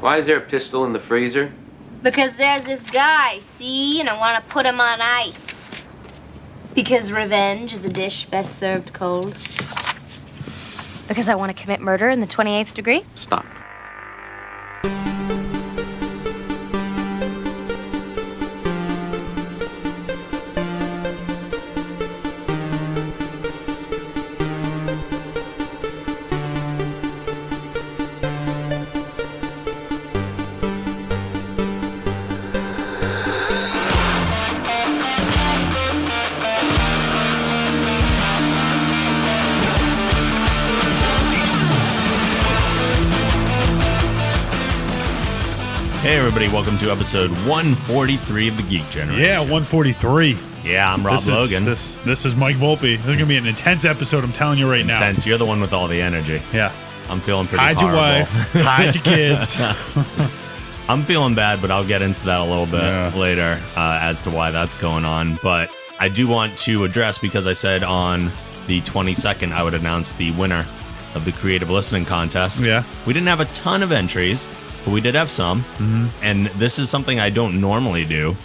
Why is there a pistol in the freezer? Because there's this guy, see, and I want to put him on ice. Because revenge is a dish best served cold. Because I want to commit murder in the 28th degree. Stop. Hey, everybody, welcome to episode 143 of the Geek Generation. Yeah, 143. Yeah, I'm Rob this Logan. Is, this this is Mike Volpe. This is gonna be an intense episode. I'm telling you right Intense. You're the one with all the energy. now. Yeah. I'm feeling pretty Hide your horrible. wife. Hide your kids. I'm feeling bad, but I'll get into that a little bit Yeah. later uh, as to why that's going on. But I do want to address because I said on the 22nd I would announce the winner of the creative listening contest. Yeah. We didn't have a ton of entries, but we did have some. Mm-hmm. And this is something I don't normally do,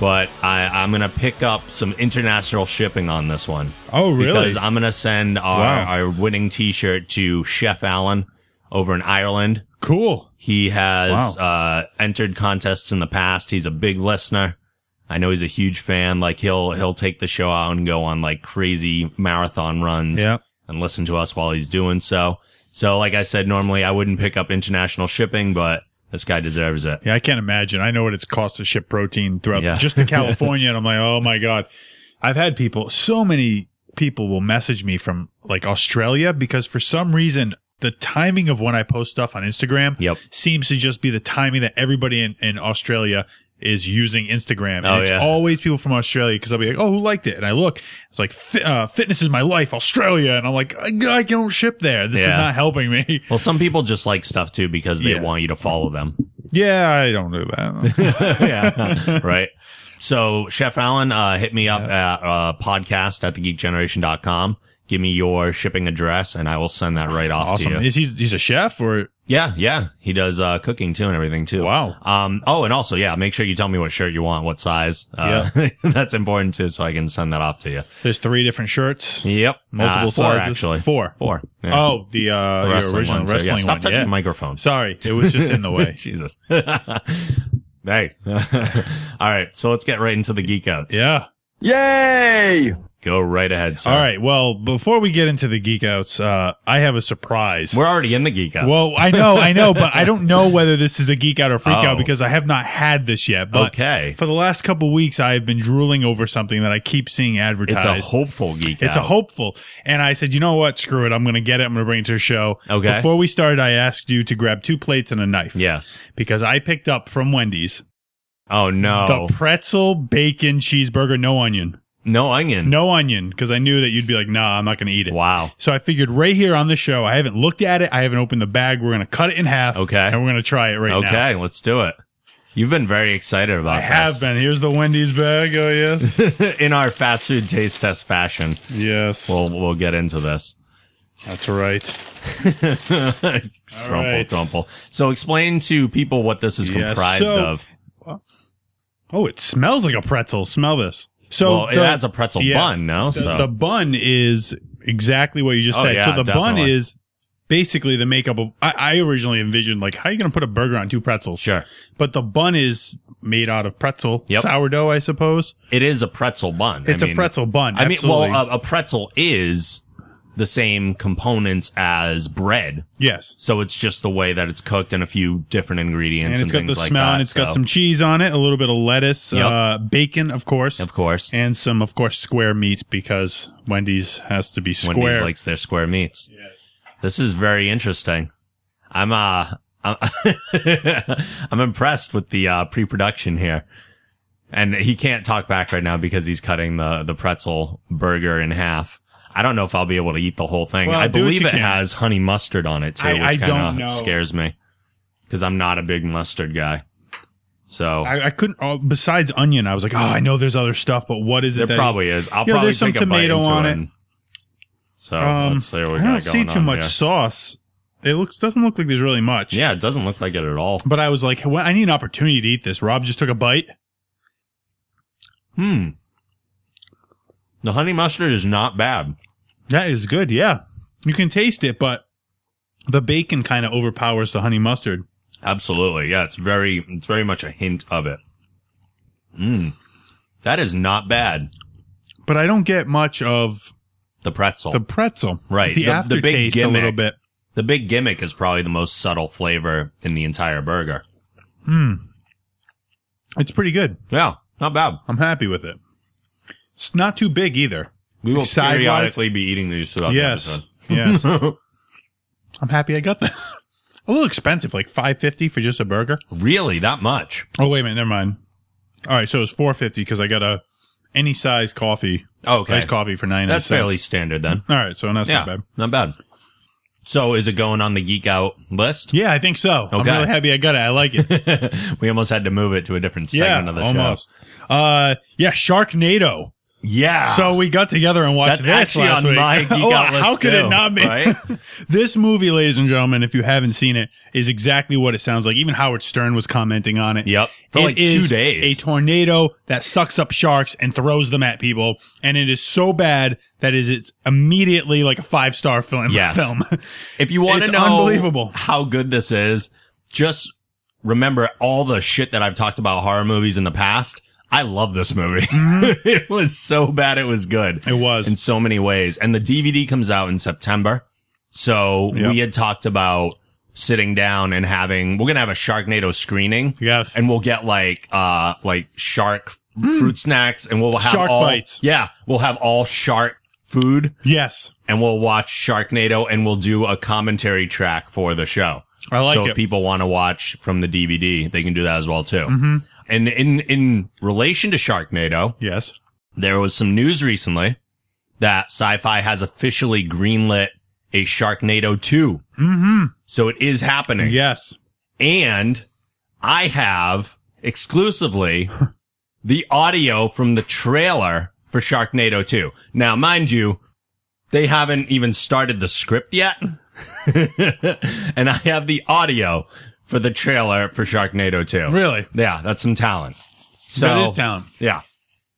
but I, I'm going to pick up some international shipping on this one. Oh, really? Because I'm going to send our, Wow. our winning t shirt to Chef Allen over in Ireland. cool. He has uh, entered contests in the past. He's a big listener. I know he's a huge fan. Like he'll he'll take the show out and go on like crazy marathon runs Yeah. and listen to us while he's doing so. So like I said, normally I wouldn't pick up international shipping, but this guy deserves it. Yeah, I can't imagine. I know what it's cost to ship protein throughout Yeah. just to California, and I'm like, oh my god. I've had people. So many people will message me from like Australia because for some reason the timing of when I post stuff on Instagram Yep. seems to just be the timing that everybody in, in Australia is using Instagram. And Oh, it's yeah. always people from Australia because I'll be like, oh, who liked it? And I look, it's like, fi- uh, fitness is my life, Australia. And I'm like, I, I don't ship there. This is Yeah. not helping me. Well, some people just like stuff too because they Yeah. want you to follow them. yeah, I don't do that. yeah. right. So Chef Allen, uh, hit me up at uh, podcast at thegeekgeneration.com. Give me your shipping address and I will send that right off to awesome. you. Is he, he's a chef or? Yeah, yeah. He does uh cooking too and everything too. Wow. Um oh and also yeah, make sure you tell me what shirt you want, what size. Uh, that's important too so I can send that off to you. There's three different shirts. Yep. Multiple Uh, four, sizes. actually. Four. Four. Yeah. Oh, the, uh, The the wrestling original one, so, yeah, wrestling stop one. touching yeah. the microphone. Sorry, it was just in the way. Jesus. hey. All right, so let's get right into the geek outs. yeah. Yay! Go right ahead, sir. All right. Well, before we get into the geek outs, uh, I have a surprise. We're already in the geek outs. Well, I know, I know, but I don't know whether this is a geek out or freak Oh. out because I have not had this yet. But Okay. for the last couple weeks, I have been drooling over something that I keep seeing it's advertised. a hopeful geek It's a out. hopeful. And I said, you know what? Screw it. I'm going to get it. I'm going to bring it to the show. Okay. Before we started, I asked you to grab two plates and a knife. Yes. Because I picked up from Wendy's Oh no. the pretzel bacon cheeseburger, no onion. no onion. No onion. Because I knew that you'd be like, nah, I'm not going to eat it. Wow. So I figured right here on the show, I haven't looked at it. I haven't opened the bag. We're going to cut it in half. Okay. And we're going to try it right now. Okay, let's do it. You've been very excited about I have been. Here's the Wendy's bag. Oh, yes. been in our fast food taste test fashion. yes. We'll we'll get into this. that's right. Crumple, right. crumple. So explain to people what this is Yeah, comprised so- of. Oh, it smells like a pretzel. Smell this. So well, it the- has a pretzel yeah, bun, no? The, so the bun is exactly what you just Oh, said. yeah, so the bun definitely. is basically the makeup of. I, I originally envisioned like how are you going to put a burger on two pretzels? Sure. But the bun is made out of pretzel Yep. sourdough, I suppose. it is a pretzel bun. It's a a pretzel bun. I mean, absolutely. well, uh, a, a pretzel is the same components as bread, yes. so it's just the way that it's cooked and a few different ingredients and, And it's got things the like smell, that. and it's got so- some cheese on it, a little bit of lettuce, Yep. uh, bacon, of course, of course. and some, of course, square meat because Wendy's has to be square. Wendy's likes their square meats. This is very interesting. I'm uh I'm, I'm impressed with the uh, pre-production here. And he can't talk back right now because he's cutting the the pretzel burger in half. I don't know if I'll be able to eat the whole thing. Well, I do what believe you it can. has honey mustard on it too, I- I which don't kind know. of scares me because I'm not a big mustard guy. So I, I couldn't. Oh, besides onion, I was like, oh, I know there's other stuff, but what is it? there that probably is. I'll Yeah, probably there's some take a bite tomato into on it. and- So Um, let's see what we I got don't see going too on much here. sauce it looks doesn't look like there's really much. Yeah, it doesn't look like it at all. But I was like, well, I need an opportunity to eat this. Rob just took a bite. Hmm. The honey mustard is not bad. That is good. Yeah. You can taste it, but the bacon kind of overpowers the honey mustard. Absolutely. Yeah, it's very it's very much a hint of it. Mm. That is not bad. But I don't get much of The pretzel. the pretzel. Right. The, The- the big aftertaste a little gimmick. bit. the big gimmick is probably the most subtle flavor in the entire burger. It's pretty good. Yeah, not bad. I'm happy with it. It's not too big either. We will Side periodically be eating these throughout Yes. the Yes. episode. I'm happy I got that. a little expensive, like five fifty for just a burger. really, that much? Oh wait a minute, never mind. All right, so it's four fifty because I got a any size coffee, Okay, iced coffee for ninety nine that's cents. fairly standard then. All right, so that's yeah, not bad. Mm-hmm. not bad. So, is it going on the geek out list? Yeah, I think so. I'm Okay. really happy I got it. I like it. we almost had to move it to a different yeah, segment of the show. almost. Uh, yeah, Sharknado. Yeah. So we got together and watched Ah. That's this actually last on week. my geek Oh, out list How could too, it not be? right? this movie, ladies and gentlemen, if you haven't seen it, is exactly what it sounds like. Even Howard Stern was commenting on it. Yep. For It like two is days. A tornado that sucks up sharks and throws them at people, and it is so bad that is it's immediately like a five star film. Yes. Film. If you want to It's know unbelievable. how good this is, just remember all the shit that I've talked about horror movies in the past. I love this movie. it was so bad, it was good. It was. in so many ways. And the DVD comes out in September, so Yep. we had talked about sitting down and having we're gonna have a Sharknado screening. Yes. and we'll get like uh like shark fruit snacks, and we'll have Mm. Shark all, bites. Yeah, we'll have all shark food yes. and we'll watch Sharknado and we'll do a commentary track for the show. I like so it. if people want to watch from the DVD, they can do that as well too. Mm-hmm. And in in relation to Sharknado, Yes. there was some news recently that Sci-Fi has officially greenlit a Sharknado 2. Mm-hmm. So it is happening. Yes. And I have exclusively the audio from the trailer for Sharknado 2. Now, mind you, they haven't even started the script yet. and I have the audio for the trailer for Sharknado 2. Really. Yeah, that's some talent. So, that is talent. Yeah.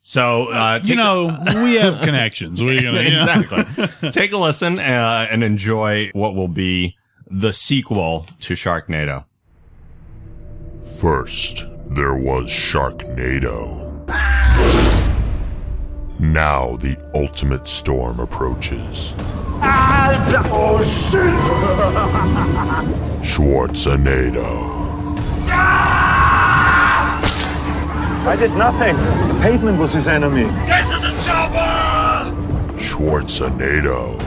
So, uh, You take- know, we have connections. What are you gonna you know? exactly. take a listen uh, and enjoy what will be the sequel to Sharknado. First, there was Sharknado. Now the ultimate storm approaches. Oh shit! Schwarzenado. I did nothing. The pavement was his enemy. Schwarzenado.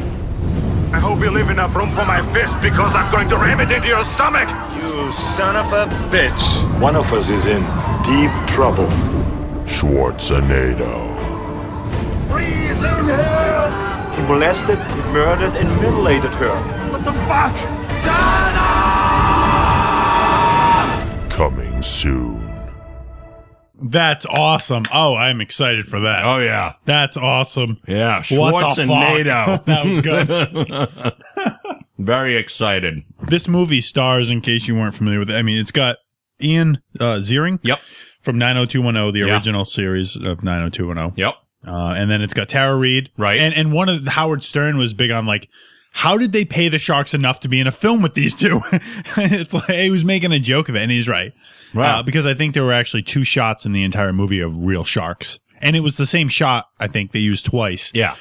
I hope you leave enough room for my fist because I'm going to ram it into your stomach. You son of a bitch. One of us is in deep trouble. Schwarzenado. Please in hell! He molested, murdered, and mutilated her. What the fuck? Coming soon. That's awesome. Oh, I'm excited for that. Oh, yeah. That's awesome. Yeah, What the Schwarzenegger. fuck? that was good. Very excited. this movie stars, in case you weren't familiar with it. I mean, it's got Ian uh, Ziering Yep. from 90210, the Yeah. original series of 90210. Yep. Uh, and then it's got Tara Reid. Right. And and one of the, Howard Stern was big on like, how did they pay the Sharks enough to be in a film with these two? it's like he was making a joke of it, and he's right. Right. Uh, because I think there were actually two shots in the entire movie of real sharks. And it was the same shot, I think, they used twice. Yeah.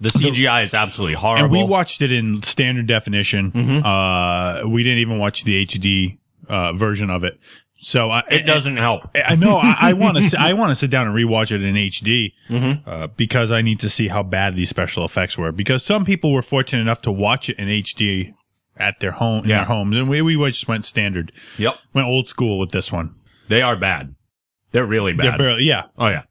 The CGI is absolutely horrible. And we watched it in standard definition. Mm-hmm. Uh, we didn't even watch the HD uh, version of it. So uh, I, it doesn't help. I know I want to. I want to sit down and rewatch it in HD uh, because I need to see how bad these special effects were. Because some people were fortunate enough to watch it in HD at their home in Yeah. their homes, and we we just went standard, Yep. went old school with this one. They are bad. They're really Yeah, bad. barely, yeah. oh yeah.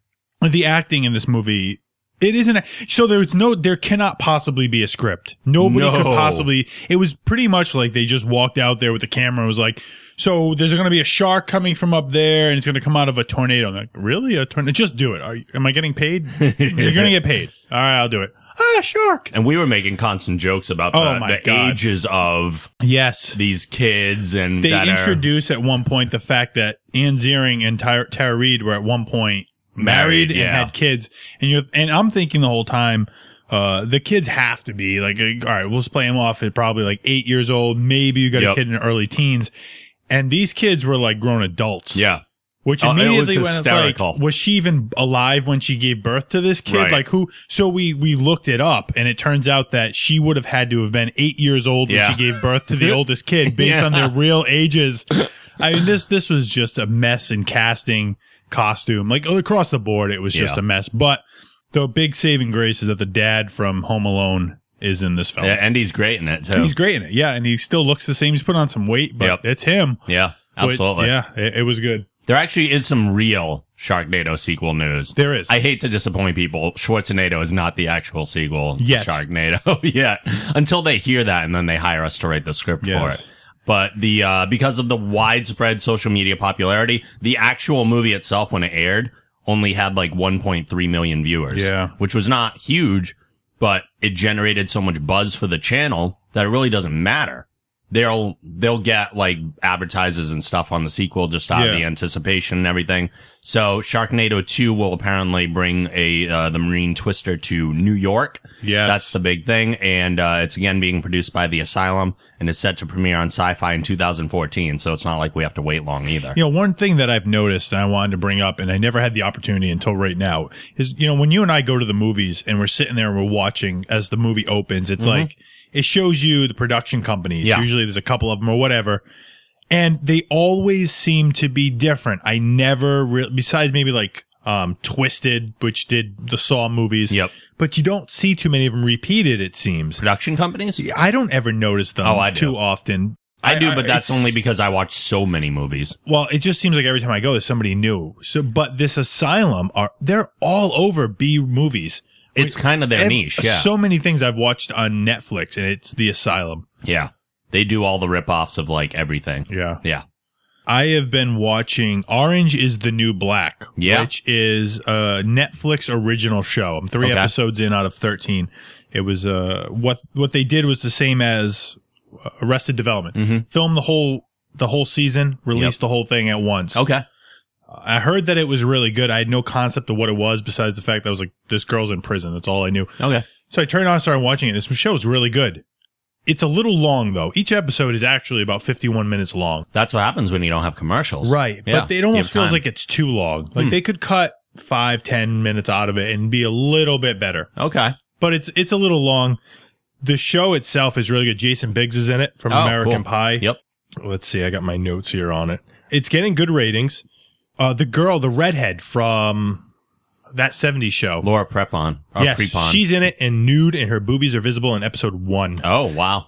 The acting in this movie. It isn't a- so there's no there cannot possibly be a script. Nobody could No. possibly it was pretty much like they just walked out there with the camera and was like, so there's gonna be a shark coming from up there and it's gonna come out of a tornado. I'm like, really? A tornado? Just do it. Are you, am I getting paid? You're gonna get paid. All right, I'll do it. Ah, sure. And we were making constant jokes about the, Oh my the God. ages of Yes. these kids and They that are introduce at one point the fact that Ann Ziering and Ty- Tara Reid were at one point married, Married, and yeah. had kids, and you're and I'm thinking the whole time, uh, the kids have to be like, uh, all right, we'll just play them off at probably like eight years old, maybe you got a Yep. kid in the early teens, and these kids were like grown adults, yeah. which Oh, it was immediately went hysterical. Like, was she even alive when she gave birth to this kid? Right. Like who? So we we looked it up, and it turns out that she would have had to have been eight years old when Yeah. she gave birth to the oldest kid, based on their real ages. I mean this this was just a mess in casting costume, like across the board, it was just Yeah. a mess. But the big saving grace is that the dad from Home Alone is in this film. yeah, and he's great in it too. Oh. He's great in it, yeah, and he still looks the same. He's put on some weight, but Yep. it's him. yeah, But, absolutely. yeah, it, it was good. There actually is some real Sharknado sequel news. There is. I hate to disappoint people. Schwarzenado is not the actual sequel Yet. to Sharknado yet. Until they hear that and then they hire us to write the script for Yes. it. But the uh, because of the widespread social media popularity, the actual movie itself, when it aired, only had like 1.3 million viewers. Yeah. which was not huge, but it generated so much buzz for the channel that it really doesn't matter. They'll they'll get like advertisers and stuff on the sequel just out of Yeah. the anticipation and everything. So Sharknado Two will apparently bring a uh, the Marine Twister to New York. Yes. that's the big thing, and uh, it's again being produced by the Asylum and is set to premiere on Sci-Fi in 2014. So it's not like we have to wait long either. You know, one thing that I've noticed and I wanted to bring up, and I never had the opportunity until right now, is you know, when you and I go to the movies and we're sitting there and we're watching as the movie opens, it's like it shows you the production companies. Mm-hmm. Yeah. Usually there's a couple of them or whatever. And they always seem to be different. I never really, besides maybe like um Twisted, which did the Saw movies. Yep. But you don't see too many of them repeated, it seems. Production companies? I don't ever notice them Oh, I do. too often. I do, but that's it's- only because I watch so many movies. well, it just seems like every time I go, there's somebody new. So, but this asylum are they're all over B movies. It's kind of their Ev- niche, yeah. So many things I've watched on Netflix, and it's the asylum. Yeah. They do all the ripoffs of like everything. Yeah, Yeah. I have been watching Orange is the New Black, Yeah. which is a Netflix original show. I'm three Okay. episodes in out of thirteen. It was uh what what they did was the same as uh, Arrested Development. Film the whole the whole season, release Mm-hmm. Yep. the whole thing at once. Okay. I heard that it was really good. I had no concept of what it was besides the fact that I was like, this girl's in prison. That's all I knew. Okay. So I turned on, started watching it. This show is really good. It's a little long though. Each episode is actually about 51 minutes long. That's what happens when you don't have commercials. Right. Yeah. But it almost You have feels time. Hmm. like it's too long. Like they could cut five, 10 minutes out of it and be a little bit better, Okay. but it's, it's a little long. The show itself is really good. Jason Biggs is in it from Oh, American cool. Pie Yep. let's see, I got my notes here on it. It's getting good ratings. Uh, the girl, the redhead from that 70s show. Laura Prepon. Or yes, Prepon. she's in it and nude, and her boobies are visible in episode one. oh, wow.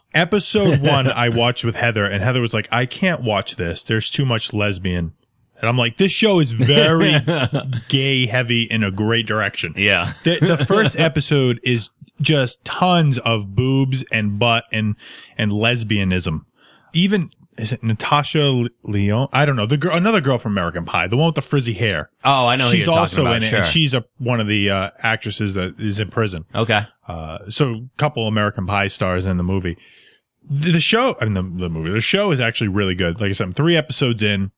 Episode one, I watched with Heather, and Heather was like, I can't watch this. There's too much lesbian. And I'm like, this show is very gay heavy in a great direction. Yeah. The, the first episode is just tons of boobs and butt and and lesbianism. Even is it Natasha Leon? I don't know the girl, another girl from American Pie, the one with the frizzy hair. Oh, I know who she's you're talking also about, in it, sure. and she's a, one of the uh, actresses that is in prison. Okay. Uh, so, couple American Pie stars in the movie. The, the show, I mean, the, the movie, the show is actually really good. Like I said, I'm three episodes in.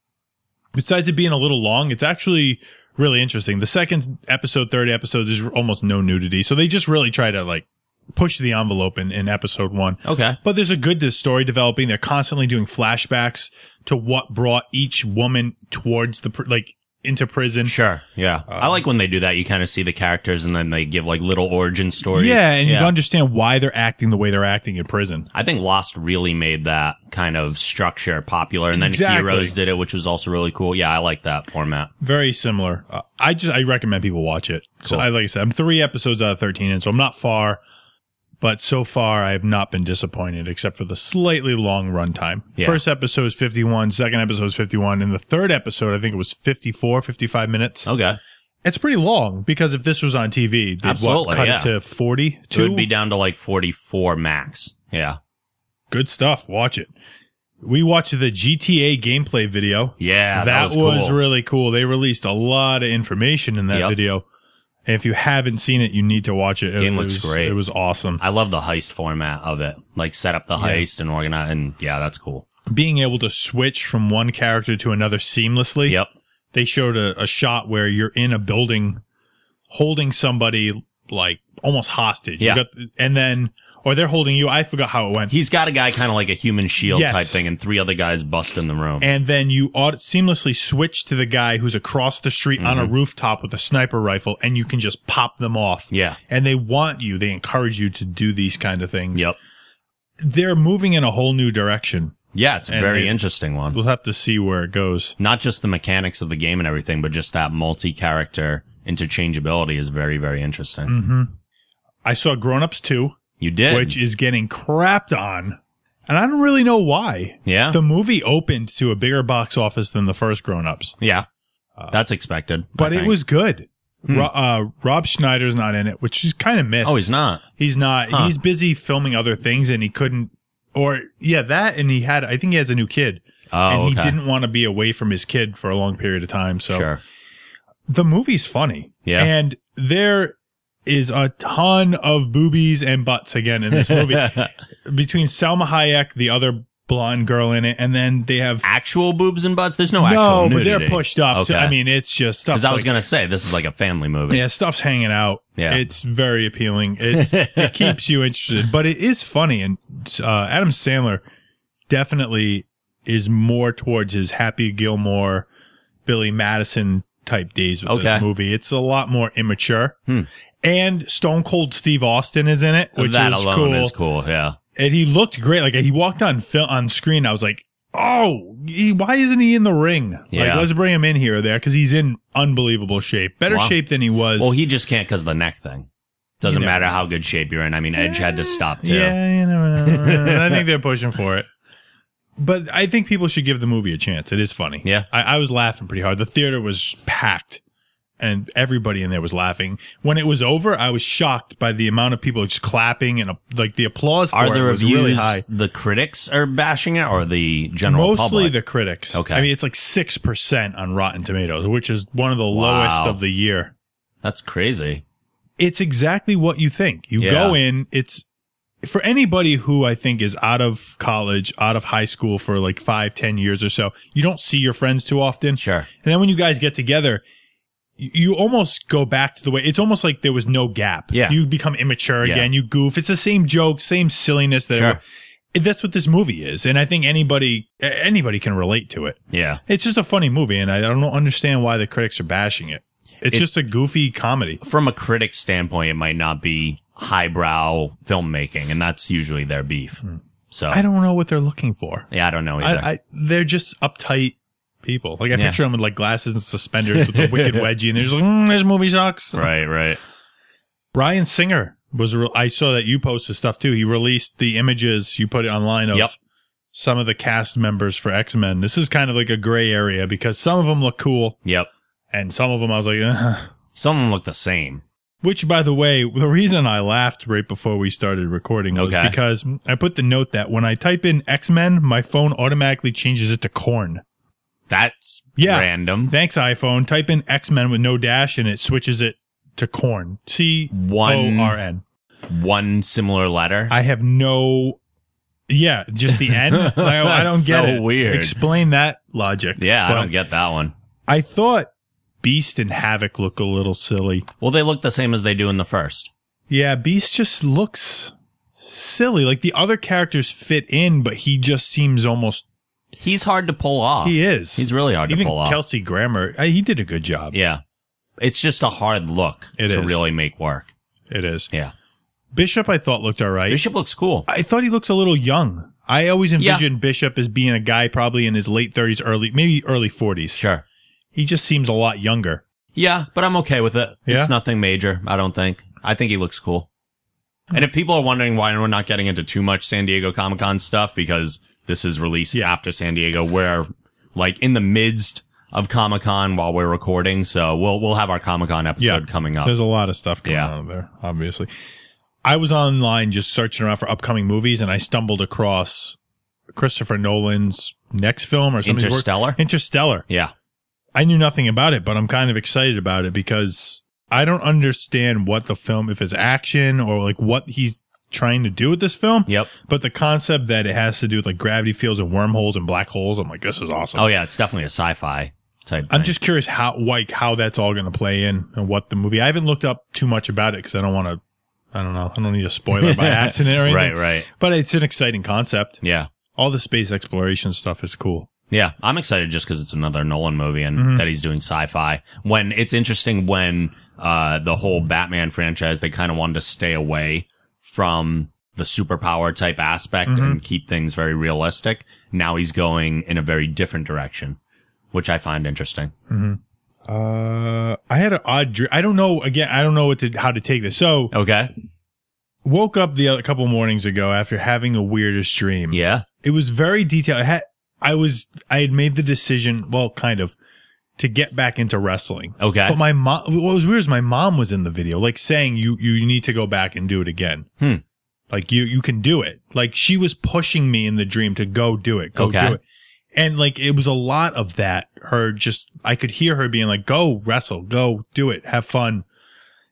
Besides it being a little long, it's actually really interesting. The second episode, third episodes is almost no nudity. So they just really try to like push the envelope in, in episode one. Okay. But there's a good dis- story developing. They're constantly doing flashbacks to what brought each woman towards the, pr- like, into prison. Sure. Yeah. Uh, I like when they do that. You kind of see the characters and then they give like little origin stories. Yeah. And you understand why they're acting the way they're acting in prison. I think Lost really made that kind of structure popular, and then Exactly. Heroes did it, which was also really cool. Yeah, I like that format. very similar. Uh, I just I recommend people watch it. So Cool. I like I said, I'm three episodes out of thirteen, and so I'm not far. But so far, I have not been disappointed, except for the slightly long runtime. Yeah. First episode is 51, second episode is 51, and the third episode, I think it was 54, 55 minutes. Okay. It's pretty long because if this was on TV, they'd what, Absolutely, cut yeah. it to 42. It would be down to like 44 max. Yeah. Good stuff. Watch it. We watched the GTA gameplay video. Yeah, that that, was was, cool. really cool. They released a lot of information in that Yep. video. And if you haven't seen it, you need to watch it. It Game looks was- great. It was awesome. I love the heist format of it. Like set up the heist and organize and yeah, that's cool. Being able to switch from one character to another seamlessly. Yep. They showed a, a shot where you're in a building holding somebody like almost hostage. You Yeah. got, and then, or they're holding you. I forgot how it went. He's got a guy kind of like a human shield Yes. type thing and three other guys bust in the room. and then you aud- seamlessly switch to the guy who's across the street on Mm-hmm. a rooftop with a sniper rifle and you can just pop them off. Yeah. And they want you, they encourage you to do these kind of things. yep. They're moving in a whole new direction. Yeah, it's a And very it- interesting one. We'll have to see where it goes. Not just the mechanics of the game and everything, but just that multi character interchangeability is very, very interesting. I saw Grown Ups 2, You did. Mm-hmm. which is getting crapped on. And I don't really know why. yeah. The movie opened to a bigger box office than the first Grown Ups, yeah. That's expected. I Uh, but it think. Hmm. was good. Ro- uh, Rob Schneider's not in it, which is kind of missed. Oh, he's not. He's not. Huh. He's busy filming other things, and he couldn't. Or yeah, that, and he had. I think he has a new kid, Oh, and he okay. didn't want to be away from his kid for a long period of time. So Sure. the movie's funny. Yeah. and there is a ton of boobies and butts again in this movie between Selma Hayek, the other blonde girl in it, and then they have Actual boobs and butts? There's no, actual no, but nudity. they're pushed up. To, I mean, it's just stuff. because I was going to say, this is like a family movie. Yeah, stuff's hanging out. Yeah. It's very appealing. It's, it keeps you interested, but it is funny. And uh, Adam Sandler definitely is more towards his Happy Gilmore, Billy Madison type days with Okay. Hmm. this movie. It's a lot more immature. And Stone Cold Steve Austin is in it, which that is alone cool. is cool. Yeah. And he looked great. Like he walked on film on screen. I was like, oh, he, why isn't he in the ring? Yeah. Like let's bring him in here or there because he's in unbelievable shape, better Wow. shape than he was. Well, he just can't because of the neck thing. Doesn't You know. matter how good shape you're in. I mean, Edge had to stop too. Yeah, you know, I think they're pushing for it. But I think people should give the movie a chance. It is funny. Yeah. I, I was laughing pretty hard. The theater was packed and everybody in there was laughing. When it was over, I was shocked by the amount of people just clapping and uh, like the applause for Are it the was reviews really high. the critics are bashing it or the general Mostly public? the critics. Okay. I mean, it's like 6% on Rotten Tomatoes, which is one of the Wow. lowest of the year. That's crazy. it's exactly what you think. You go Yeah. in, it's for anybody who I think is out of college, out of high school for like five, ten years or so, you don't see your friends too often. Sure. And then when you guys get together, y- you almost go back to the way it's almost like there was no gap. Yeah. You become immature Yeah. again. You goof. It's the same joke, same silliness that Sure. that's what this movie is. And I think anybody, a- anybody can relate to it. Yeah. It's just a funny movie. And I don't understand why the critics are bashing it. It's It- just a goofy comedy. From a critic standpoint, it might not be highbrow filmmaking, and that's usually their beef. So Hmm. I don't know what they're looking for. Yeah, I don't know either. I, I, they're just uptight people. Like I Yeah. picture them with like glasses and suspenders with a wicked wedgie, and they're just like, mm, "This movie sucks." right. Right. Brian Singer was. Re- I saw that you posted stuff too. He released the images you put it online of Yep. some of the cast members for X Men. This is kind of like a gray area because some of them look cool, Yep. and some of them I was like, uh Some of them look the same. Which, by the way, the reason I laughed right before we started recording was Okay. because I put the note that when I type in X Men, my phone automatically changes it to corn. That's Yeah. random. Thanks, iPhone. Type in X Men with no dash and it switches it to corn. C O One- R N. One similar letter. I have no. Yeah, just the N. I, I don't That's get so it. weird. Explain that logic. yeah, I But don't get that one. I thought Beast and Havoc look a little silly. Well, they look the same as they do in the first. Yeah, Beast just looks silly. Like the other characters fit in, but he just seems almost. He's hard to pull off. He is. He's really hard Even to pull off. Kelsey Grammer, uh, he did a good job. Yeah. It's just a hard look It to is. really make work. It is. Yeah. Bishop, I thought looked all right. Bishop looks cool. I thought he looks a little young. I always Yeah. envisioned Bishop as being a guy probably in his late 30s, early, maybe early 40s. Sure. He just seems a lot younger. Yeah, but I'm okay with it. Yeah? It's nothing major, I don't think. I think he looks cool. And if people are wondering why we're not getting into too much San Diego Comic Con stuff, because this is released after San Diego, we're like in the midst of Comic Con while we're recording, so we'll we'll have our Comic Con episode coming up. There's a lot of stuff going Yeah. on there, obviously. I was online just searching around for upcoming movies and I stumbled across Christopher Nolan's next film or something. Interstellar? Interstellar. Yeah. I knew nothing about it, but I'm kind of excited about it because I don't understand what the film, if it's action or like what he's trying to do with this film. Yep. But the concept that it has to do with like gravity fields and wormholes and black holes, I'm like, this is awesome. Oh yeah, it's definitely a sci-fi type. I'm thing. just curious how like how that's all going to play in and what the movie. I haven't looked up too much about it because I don't want to. I don't know. I don't need a spoiler by accident or anything. Right, right. But it's an exciting concept. yeah, All the space exploration stuff is cool. yeah. I'm excited just because it's another Nolan movie and that he's doing sci-fi. When it's interesting when uh the whole Batman franchise they kind of wanted to stay away from the superpower type aspect and keep things very realistic. Now he's going in a very different direction, which I find interesting. Uh, I had an odd dream. I don't know. Again, I don't know what to how to take this. So Okay. woke up the other a couple mornings ago after having the weirdest dream. Yeah. it was very detailed. I had I was I had made the decision. Well, kind of. To get back into wrestling, Okay. But my mom, what was weird is my mom was in the video, like saying you you need to go back and do it again. Hmm. Like you you can do it. Like she was pushing me in the dream to go do it, go Okay. do it. And like it was a lot of that. Her just I could hear her being like, "Go wrestle, go do it, have fun."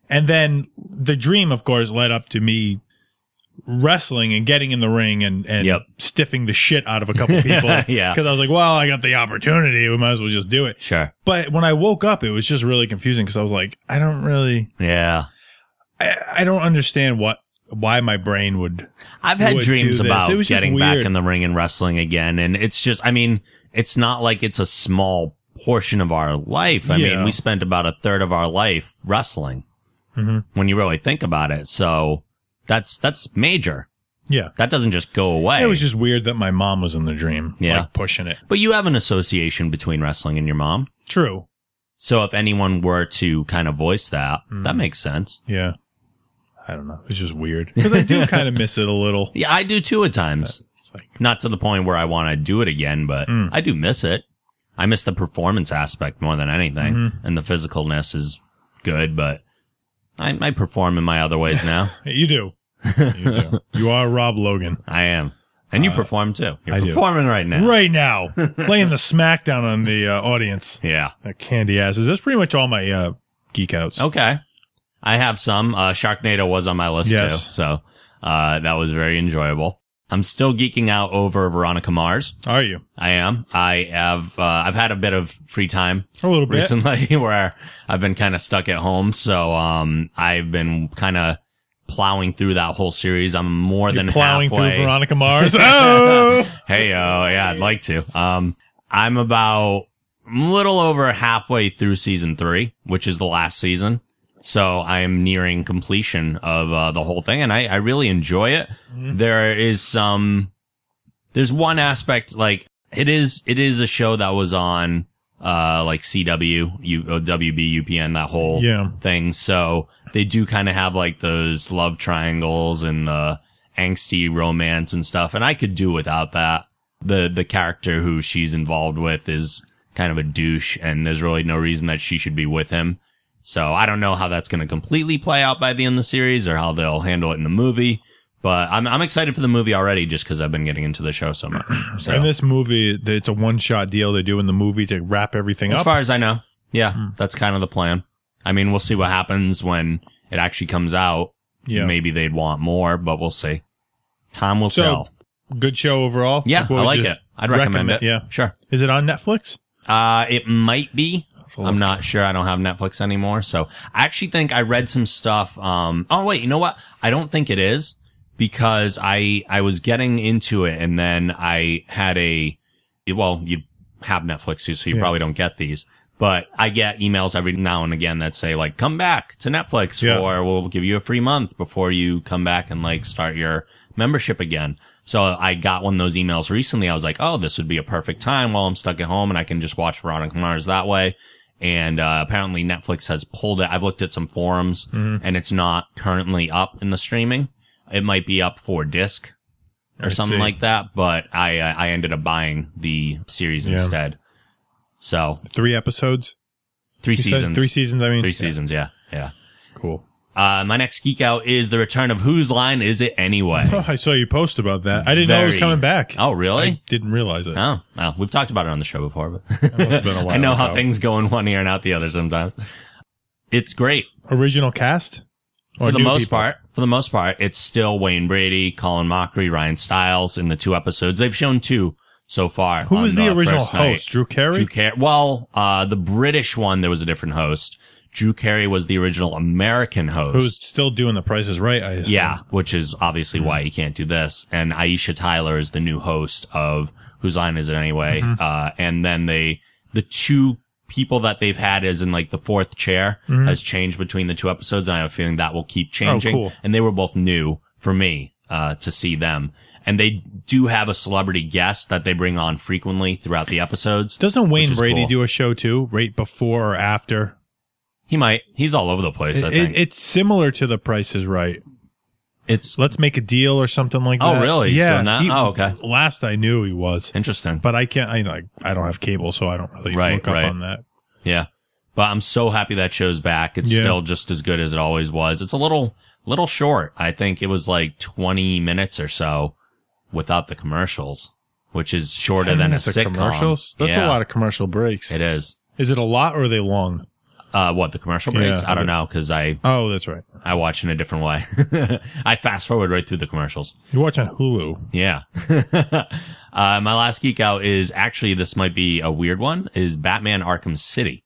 And then the dream, of course, led up to me wrestling and getting in the ring and and Yep. stiffing the shit out of a couple people. Yeah. because I was like, "Well, I got the opportunity. We might as well just do it." Sure. But when I woke up, it was just really confusing because I was like, I don't really, Yeah. I, I don't understand what, why my brain would. I've had would do dreams this. about It was just getting back weird. in the ring and wrestling again. And it's just, I mean, it's not like it's a small portion of our life. I Yeah. mean, we spent about a third of our life wrestling Mm-hmm. when you really think about it. So that's, that's major. Yeah. That doesn't just go away. It was just weird that my mom was in the dream, Yeah. like pushing it. but you have an association between wrestling and your mom. True. So if anyone were to kind of voice that, Mm. that makes sense. Yeah. I don't know. It's just weird because I do kind of miss it a little. Yeah, I do too at times. It's like, Mm. not to the point where I want to do it again, but I do miss it. I miss the performance aspect more than anything, Mm-hmm. and the physicalness is good, but I, I perform in my other ways now. you do. You do. You are Rob Logan I am, and you perform too. You're Uh, I do. performing right now, right now, laying the smackdown on the uh, audience. Yeah. Uh, candy asses. That's pretty much all my uh, geek outs. Okay. I have some. Uh, Sharknado was on my list Yes. too, so uh, that was very enjoyable. I'm still geeking out over Veronica Mars. Are you I am. I have. Uh, I've had a bit of free time a little bit? recently where I've been kind of stuck at home. So, um, I've been kind of plowing through that whole series. I'm more You're than plowing halfway. through Veronica Mars. oh. Hey, oh, yeah, I'd like to. Um, I'm about I'm a little over halfway through season three, which is the last season. So I am nearing completion of uh, the whole thing, and I, I really enjoy it. There is some, there's one aspect like it is it is a show that was on uh like CW, U, uh, WB, UPN, that whole Yeah. thing. So they do kind of have like those love triangles and the angsty romance and stuff. And I could do without that. The, the character who she's involved with is kind of a douche and there's really no reason that she should be with him. So I don't know how that's going to completely play out by the end of the series or how they'll handle it in the movie. But I'm, I'm excited for the movie already just because I've been getting into the show so much. So And this movie, th- it's a one shot deal they do in the movie to wrap everything as up. Hmm. far as I know, yeah, that's kind of the plan. I mean, we'll see what happens when it actually comes out. Yeah. Maybe they'd want more, but we'll see. Time will So, tell. Good show overall. Yeah, what I would like you it. I'd recommend, it. Yeah. sure. Is it on Netflix? Uh, it might be. a I'm not sure. I don't have Netflix anymore. So I actually think I read some stuff. Um, oh wait, you know what? I don't think it is because I, I was getting into it and then I had a, well, you have Netflix too, so you probably don't get these, but I get emails every now and again that say like, come back to Netflix Yeah. or we'll give you a free month before you come back and like start your membership again. So I got one of those emails recently. I was like, oh, this would be a perfect time while I'm stuck at home and I can just watch Veronica Mars that way. And uh, apparently Netflix has pulled it. I've looked at some forums and it's not currently up in the streaming. It might be up for disc or something see. like that, but I uh, I ended up buying the series Yeah. instead. So Three episodes? three You said seasons, Three seasons, I mean. three seasons, yeah, yeah. Yeah, cool. Uh, my next geek out is the return of Whose Line Is It Anyway? Oh, I saw you post about that. I didn't know it was Very- coming back. oh, really? Didn't realize it. Oh, well, we've talked about it on the show before, but Must have been a while I know how ago. things go in one ear and out the other sometimes. It's great Original cast? Or for the Oh, new most people? part. For the most part, it's still Wayne Brady, Colin Mockery, Ryan Stiles in the two episodes. They've shown two so far. Who on was the original first night. host? Drew Carey? Drew Carey. Well, uh, the British one, there was a different host. Drew Carey was the original American host. Who's still doing the prices right? I assume. Yeah, which is obviously why he can't do this. And Aisha Tyler is the new host of Whose Line Is It Anyway? Mm-hmm. Uh, and then they, the two people that they've had is in like the fourth chair Mm-hmm. has changed between the two episodes. And I have a feeling that will keep changing. Oh, cool. And they were both new for me, uh, to see them. And they do have a celebrity guest that they bring on frequently throughout the episodes. Doesn't Wayne is Brady cool. do a show too, right before or after? He might, he's all over the place. I It- think it- it's similar to the Price is Right. it's Let's make a deal or something like Oh, that. really? He's Yeah. doing that? Oh, okay. Last I knew he was, interesting. but I can't. I like I don't have cable, so I don't really Right, look up right. on that. Yeah. But I'm so happy that show's back. It's Yeah. still just as good as it always was. It's a little, little short. I think it was like 20 minutes or so without the commercials, which is shorter than a Minutes of sitcom. commercials. That's a lot of commercial breaks. It is. Is it a lot or are they long? Uh, what the commercial breaks? Yeah. I don't know because I Oh, that's right. I watch in a different way. I fast forward right through the commercials. You watch on Hulu. Yeah. uh, my last geek out is actually this might be a weird one is Batman Arkham City,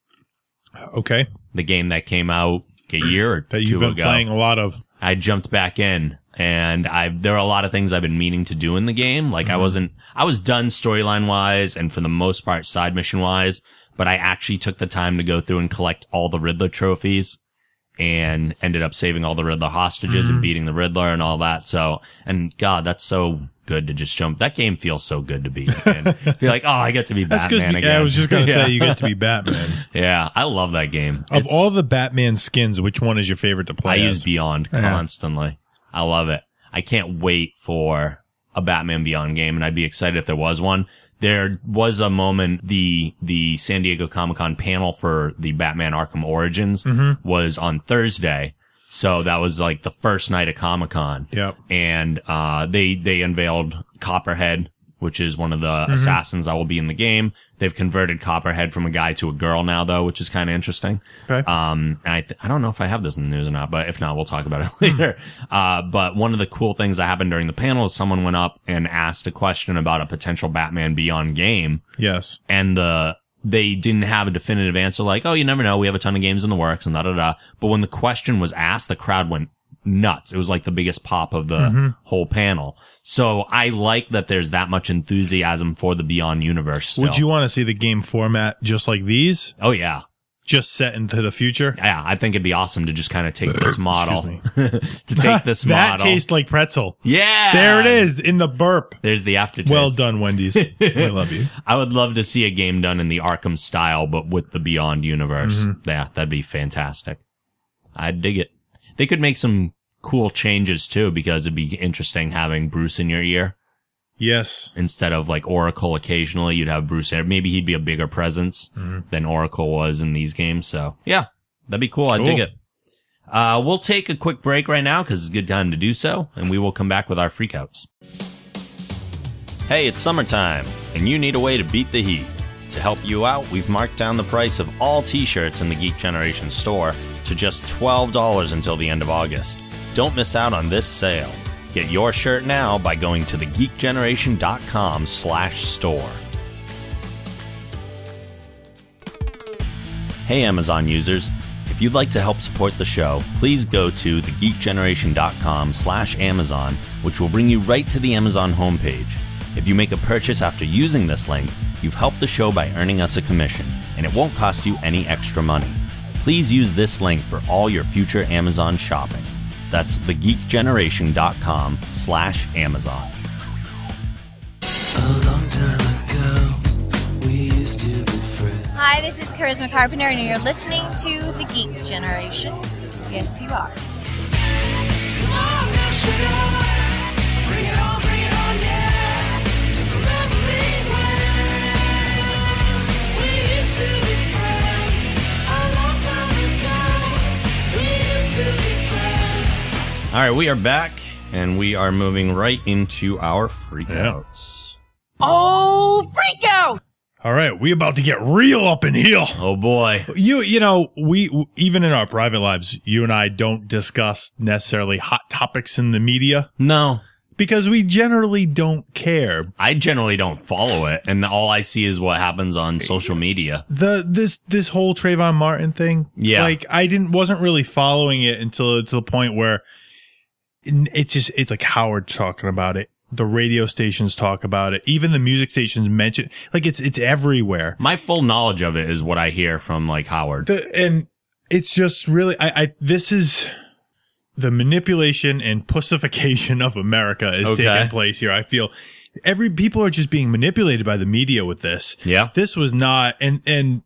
Okay, the game that came out a year or that 2 you've been ago. playing a lot of. I jumped back in and I there are a lot of things I've been meaning to do in the game. Like Mm-hmm. I wasn't I was done storyline wise and for the most part side mission wise, but I actually took the time to go through and collect all the Riddler trophies and ended up saving all the Riddler hostages Mm-hmm. and beating the Riddler and all that. So and God, that's so good to just jump. That game feels so good to be in. Be like, oh, I get to be That's Batman because again. yeah, I was just gonna yeah. say you Oh, get to be Batman. Yeah, I love that game. of It's- all the Batman skins, which one is your favorite to play? I as? use Beyond constantly. I love it. I can't wait for a Batman Beyond game, and I'd be excited if there was one. There was a moment the the San Diego Comic Con panel for the Batman Arkham Origins was on Thursday, so that was like the first night of Comic Con. Yep. and uh, they they unveiled Copperhead. Which is one of the assassins that will be in the game. They've converted Copperhead from a guy to a girl now, though, which is kind of interesting. Okay. Um, and I, th- I don't know if I have this in the news or not, but if not, we'll talk about it later. Uh, but one of the cool things that happened during the panel is someone went up and asked a question about a potential Batman Beyond game yes. and the they didn't have a definitive answer like, oh, you never know. We have a ton of games in the works and da da da. But when the question was asked, the crowd went nuts. It was like the biggest pop of the Mm-hmm. whole panel. So I like that there's that much enthusiasm for the Beyond universe. Still. Would you want to see the game format just like these, Oh yeah. just set into the future? Yeah, I think it'd be awesome to just kind of take this model, to take this that model. tastes like pretzel. yeah, There it is in the burp. There's the aftertaste. Well done, Wendy's. I love you. I would love to see a game done in the Arkham style, but with the Beyond universe. Yeah, that'd be fantastic. I'd dig it. They could make some cool changes too, because it'd be interesting having Bruce in your ear Yes. instead of like Oracle. Occasionally, you'd have Bruce. there. Maybe he'd be a bigger presence than Oracle was in these games. So yeah, that'd be cool. I Cool. dig it. Uh, we'll take a quick break right now because it's a good time to do so, and we will come back with our freakouts. Hey, it's summertime, and you need a way to beat the heat. To help you out, we've marked down the price of all t shirts in the Geek Generation store to just $12 until the end of August. Don't miss out on this sale. Get your shirt now by going to thegeekgeneration.com slash store. Hey, Amazon users. If you'd like to help support the show, please go to thegeekgeneration.com slash Amazon, which will bring you right to the Amazon homepage. If you make a purchase after using this link, you've helped the show by earning us a commission, and it won't cost you any extra money. Please use this link for all your future Amazon shopping. That's thegeekgeneration.com slash Amazon. Hi, this is Charisma Carpenter, and you're listening to The Geek Generation. Yes, you are. All right, we are back, and we are moving right into our freakouts. Yeah. Oh, freak out! All right, we about to get real up in here. Oh boy. You you know, we w- even in our private lives, you and I don't discuss necessarily hot topics in the media No. because we generally don't care. I generally don't follow it, and all I see is what happens on social media. The this this whole Trayvon Martin thing, Yeah. like I didn't wasn't really following it until to the point where n- it's just it's like Howard talking about it. The radio stations talk about it. Even the music stations mention like it's it's everywhere. My full knowledge of it is what I hear from like Howard. the and it's just really I, I this is the manipulation and pussification of America is Okay. taking place here. I feel every people are just being manipulated by the media with this. Yeah. This was not and and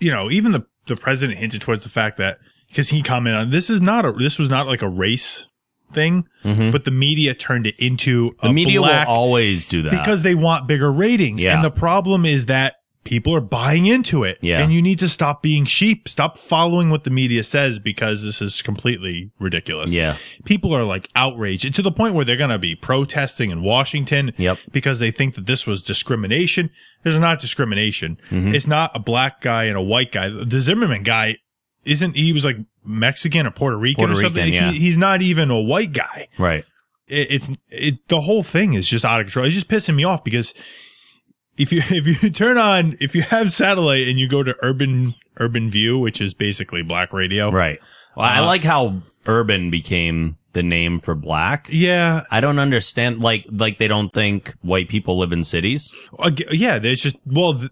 you know, even the the president hinted towards the fact that because he commented on this is not a this was not like a race thing, but the media turned it into a Mm-hmm. The media black, will always do that. because they want bigger ratings. Yeah. And the problem is that people are buying into it. Yeah. And you need to stop being sheep. Stop following what the media says because this is completely ridiculous. Yeah. People are like outraged and to the point where they're going to be protesting in Washington Yep. because they think that this was discrimination. This is not discrimination. Mm-hmm. It's not a black guy and a white guy. The Zimmerman guy isn't, he was like Mexican or Puerto Rican Puerto or something. Rican, yeah. He- he's not even a white guy right. it, it's it the whole thing is just out of control. It's just pissing me off because if you if you turn on if you have satellite and you go to urban urban view, which is basically black radio, Right. Well, Uh-huh. I like how urban became the name for black. Yeah, I don't understand. Like, like they don't think white people live in cities. ag- yeah. There's just well, th-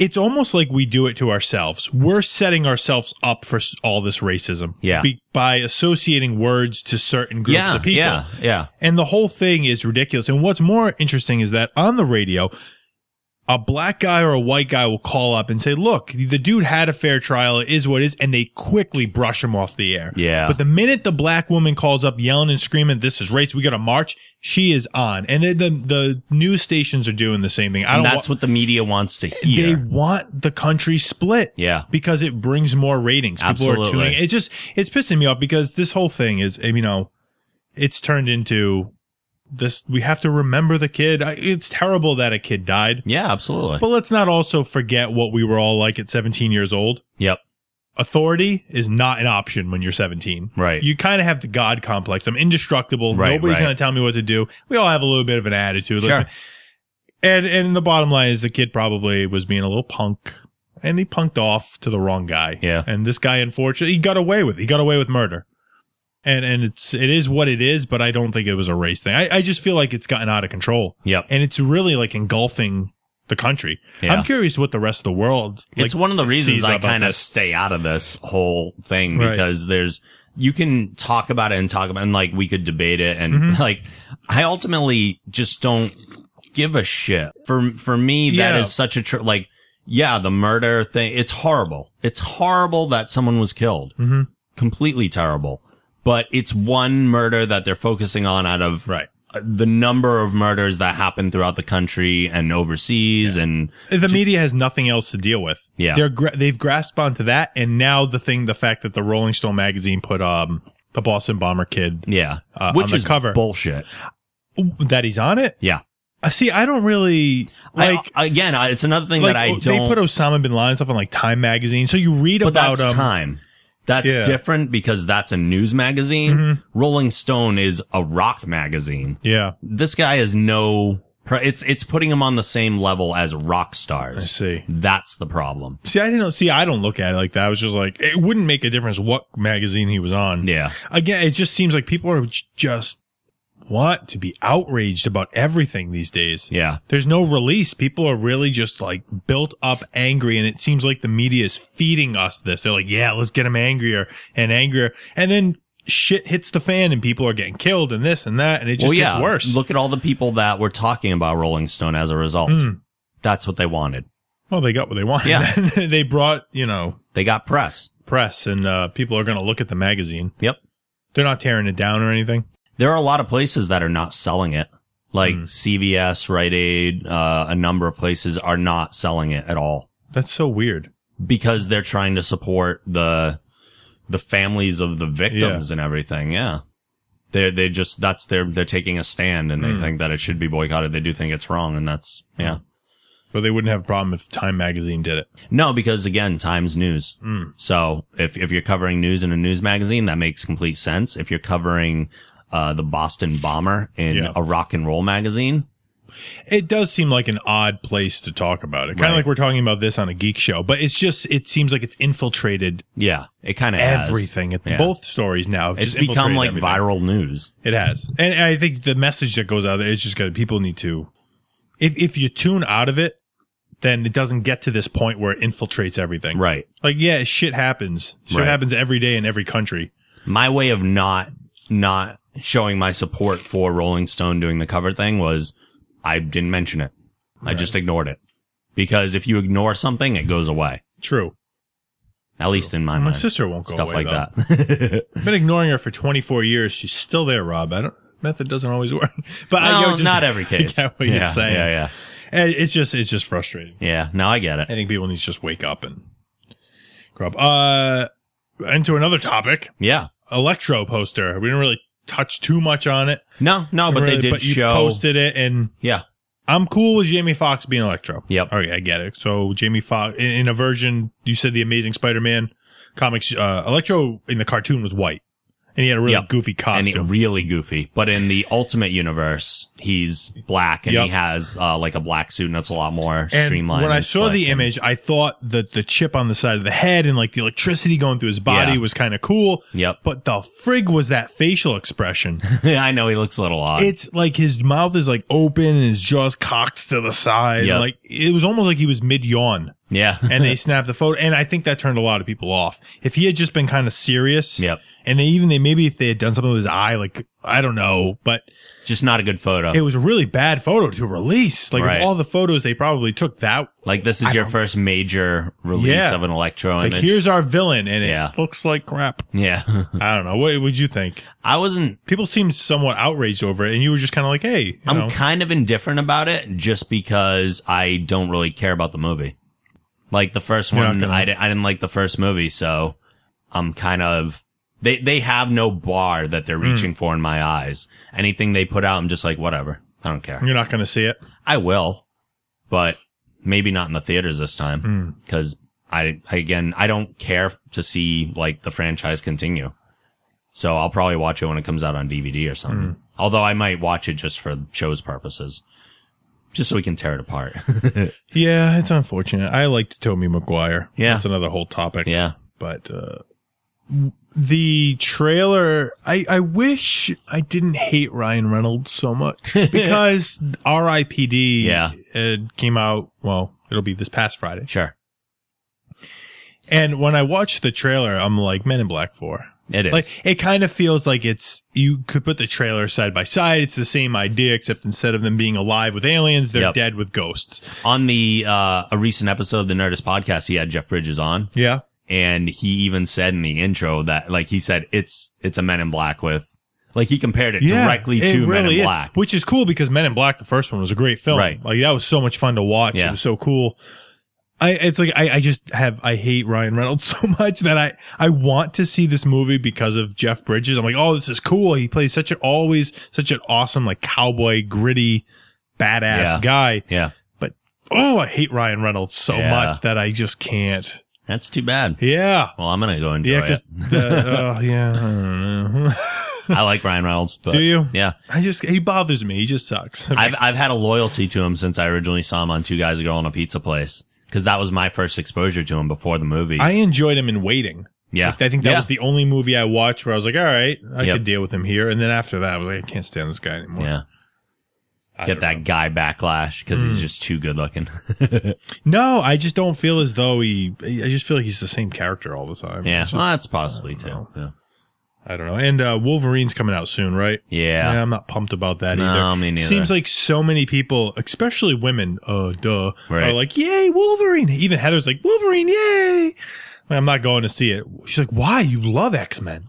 it's almost like we do it to ourselves. We're setting ourselves up for s- all this racism, Yeah. be- by associating words to certain groups yeah. of people. Yeah. Yeah. And the whole thing is ridiculous. And what's more interesting is that on the radio, a black guy or a white guy will call up and say, look, the dude had a fair trial. It is what it is. And they quickly brush him off the air. Yeah. But the minute the black woman calls up yelling and screaming, this is race. We got to march. She is on. And then the, the news stations are doing the same thing. I And don't that's wa- what the media wants to they hear. want the country split. Yeah. Because it brings more ratings. People are Absolutely. tuning. It just it's pissing me off because this whole thing is you know, it's turned into this we have to remember the kid. I, it's terrible that a kid died. yeah. Absolutely. But let's not also forget what we were all like at 17 years old. yep. Authority is not an option when you're 17. Right. You kind of have the God complex. I'm indestructible. Right, Nobody's right. going to tell me what to do. We all have a little bit of an attitude. Let's Sure. and and the bottom line is the kid probably was being a little punk and he punked off to the wrong guy. Yeah. And this guy unfortunately he got away with it. he got away with murder. And and it's it is what it is, but I don't think it was a race thing. I, I just feel like it's gotten out of control. Yep. And it's really like engulfing the country. Yeah. I'm curious what the rest of the world it's like, one of the reasons sees I about kind of this. stay out of this whole thing Right. because there's you can talk about it and talk about and like we could debate it and Mm-hmm. like I ultimately just don't give a shit. For for me that Yeah. is such a tr- like yeah, the murder thing it's horrible. It's horrible that someone was killed. Mm-hmm. Completely terrible. But it's one murder that they're focusing on out of uh, Right. the number of murders that happen throughout the country and overseas and the media has nothing else to deal with. Yeah. they're gra- they've grasped onto that, and now the thing, the fact that the Rolling Stone magazine put um the Boston bomber kid yeah, Uh, on which the is cover. bullshit. that he's on it. Yeah. Uh, see, I don't really like. Like again, I, it's another thing like that I oh, don't. they put Osama bin Laden stuff on like Time magazine, so you read but about that's him. time. That's Yeah. Mm-hmm. different because that's a news magazine. Rolling Stone is a rock magazine. Yeah, This guy is no. pro- It's it's putting him on the same level as rock stars. I see. That's the problem. see, I didn't see. I don't look at it like that. I was just like, it wouldn't make a difference what magazine he was on. Yeah. again, it just seems like people are j- just want to be outraged about everything these days. Yeah. There's no release. People are really just like built up angry. And it seems like the media is feeding us this. They're like, yeah, let's get them angrier and angrier. And then shit hits the fan and people are getting killed and this and that. And it just well, yeah. gets worse. Look at all the people that were talking about Rolling Stone as a result. Hmm. That's what they wanted. well, they got what they wanted. Yeah. they brought, you know, They got press. press and uh, people are going to look at the magazine. Yep. They're not tearing it down or anything. there are a lot of places that are not selling it. Like CVS, Rite Aid, uh, a number of places are not selling it at all That's so weird. because they're trying to support the the families of the victims and everything. Yeah, they they just that's their they're taking a stand and they think that it should be boycotted. They do think it's wrong, and that's yeah. But they wouldn't have a problem if Time Magazine did it. No, because again, Times News. So if if you're covering news in a news magazine, that makes complete sense. If you're covering uh, the Boston bomber in Yeah. a rock and roll magazine, It does seem like an odd place to talk about it. Kind of Right. like we're talking about this on a geek show, but it's just, it seems like it's infiltrated yeah, it kind of everything. It- Yeah. Both stories now have It's just infiltrated become like everything. viral news. It has, and I think the message that goes out there is just good. People need to, if if you tune out of it, then it doesn't get to this point where it infiltrates everything. Right. Like, yeah, shit happens. Shit Right. happens every day in every country. my way of not not showing my support for Rolling Stone doing the cover thing was I didn't mention it. I just ignored it. Because if you ignore something, it goes away. True. At least in my, My mind. sister won't go Stuff away, like that. I've been ignoring her for 24 years. She's still there, Rob. I don't. Method doesn't always work, but I well, get what you're not saying. every case. I get what yeah, you're saying. Yeah, yeah. And it's just it's just frustrating. Yeah. Now I get I it. think people need to just wake up and grow up. Uh, into another topic. Yeah. electro poster. We didn't really touch too much on it, No, no, but Really, they did but you show. posted it, and yeah. I'm cool with Jamie Foxx being Electro. Yep. okay, I get it. So Jamie Foxx in, in a version you said the Amazing Spider-Man comics, uh, Electro in the cartoon was white, and he had a really Yep. goofy And he, costume. really goofy. But in the Ultimate Universe, he's black and Yep. he has uh, like a black suit and it's a lot more And streamlined. when I and saw slick the and- image, I thought that the chip on the side of the head and like the electricity going through his body Yeah. was kind of cool. Yep. But the frig was that facial expression. I know he looks a little odd. it's like his mouth is like open and his jaw's cocked to the side. Yep. Like it was almost like he was mid yawn yeah. and they snapped the photo. And I think that turned a lot of people off. If he had just been kind of serious. Yep. And they even, they maybe if they had done something with his eye, like, I don't know, but just not a good photo. it was a really bad photo to release. Like Right. of all the photos they probably took that. like this is your first major release Yeah. of an electro Like image. here's our villain and it Yeah. looks like crap. yeah, I don't know. What would you think? I wasn't. People seemed somewhat outraged over it and you were just kind of like, Hey, you I'm know. kind of indifferent about it, just because I don't really care about the movie. Like the first You're one, not gonna- I, di- I didn't like the first movie, so I'm kind of they they have no bar that Hmm. they're reaching for in my eyes. Anything they put out, I'm just like whatever. I don't care. you're not going to see it. I will, but maybe not in the theaters this Hmm. time because I, I again I don't care f- to see like the franchise continue. So I'll probably watch it when it comes out on DVD or Hmm. something. Although I might watch it just for show's purposes, just so we can tear it apart. Yeah, it's unfortunate. I liked Tommy McGuire. Yeah. That's another whole topic. yeah, But uh the trailer I I wish I didn't hate Ryan Reynolds so much because RIPD Yeah. uh, came out, well, it'll be this past Friday. sure, And when I watched the trailer, I'm like Men in Black 4. it is. Like it kind of feels like it's you could put the trailer side by side. It's the same idea except instead of them being alive with aliens, they're Yep. dead with ghosts. on the uh, a recent episode of the Nerdist podcast, he had Jeff Bridges on, Yeah. and he even said in the intro that like he said it's it's a Men in Black with like he compared it directly it to Men in really is. Black. which is cool because Men in Black, the first one, was a great film. Right. like that was so much fun to watch. It Yeah. was so cool. I it's like I, I just have I hate Ryan Reynolds so much that I I want to see this movie because of Jeff Bridges. I'm like, oh, this is cool. He plays such an always such an awesome like cowboy gritty badass Yeah. guy. Yeah. But oh, I hate Ryan Reynolds so Yeah. much that I just can't. That's too bad. Yeah. Well, I'm gonna go enjoy Yeah, because it. uh, yeah, I don't know. I like Ryan Reynolds. But Do you? Yeah, I just he bothers me. He just sucks. I've I've had a loyalty to him since I originally saw him on Two Guys Ago on a Pizza Place because that was my first exposure to him before the movies. I enjoyed him in Waiting. yeah, I think that Yeah. was the only movie I watched where I was like, all right, I Yep. could deal with him here. And then after that, I was like, I can't stand this guy anymore. yeah. I Get Hmm. don't that guy backlash because he's just too good looking. No, I just don't feel as though he, I just feel like he's the same character all the time. yeah, It's well, just- that's possibly too. Yeah. I don't know. And uh, Wolverine's coming out soon, right? Yeah. I'm not pumped about that No, either. me neither. Seems like so many people, especially women, uh, duh, are Right. like, yay, Wolverine. Even Heather's like, Wolverine, yay. Like, I'm not going to see it. She's like, why? You love X Men.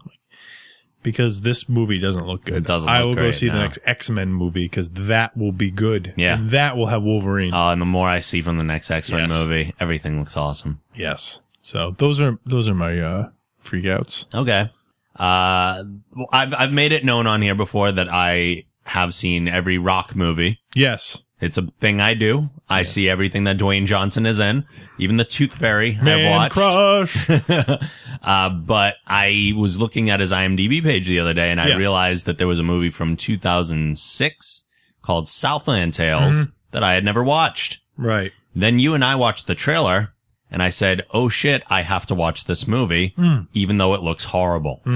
Because this movie doesn't look good. It doesn't I look will go great, see the no. next X Men movie because that will be good. Yeah. And that will have Wolverine. Uh, and the more I see from the next X Men Yes. movie, everything looks awesome. yes. So those are those are my uh, freakouts. Okay. Uh, well, I've I've made it known on here before that I have seen every Rock movie. Yes. It's a thing I do. I see everything that Dwayne Johnson is in, even the Tooth Fairy Man I've watched. crush. uh, but I was looking at his IMDb page the other day and I Yeah. realized that there was a movie from 2006 called Southland Tales Mm-hmm. that I had never watched. right. Then you and I watched the trailer and I said, Oh shit, I have to watch this movie, Hmm. even though it looks horrible. Uh,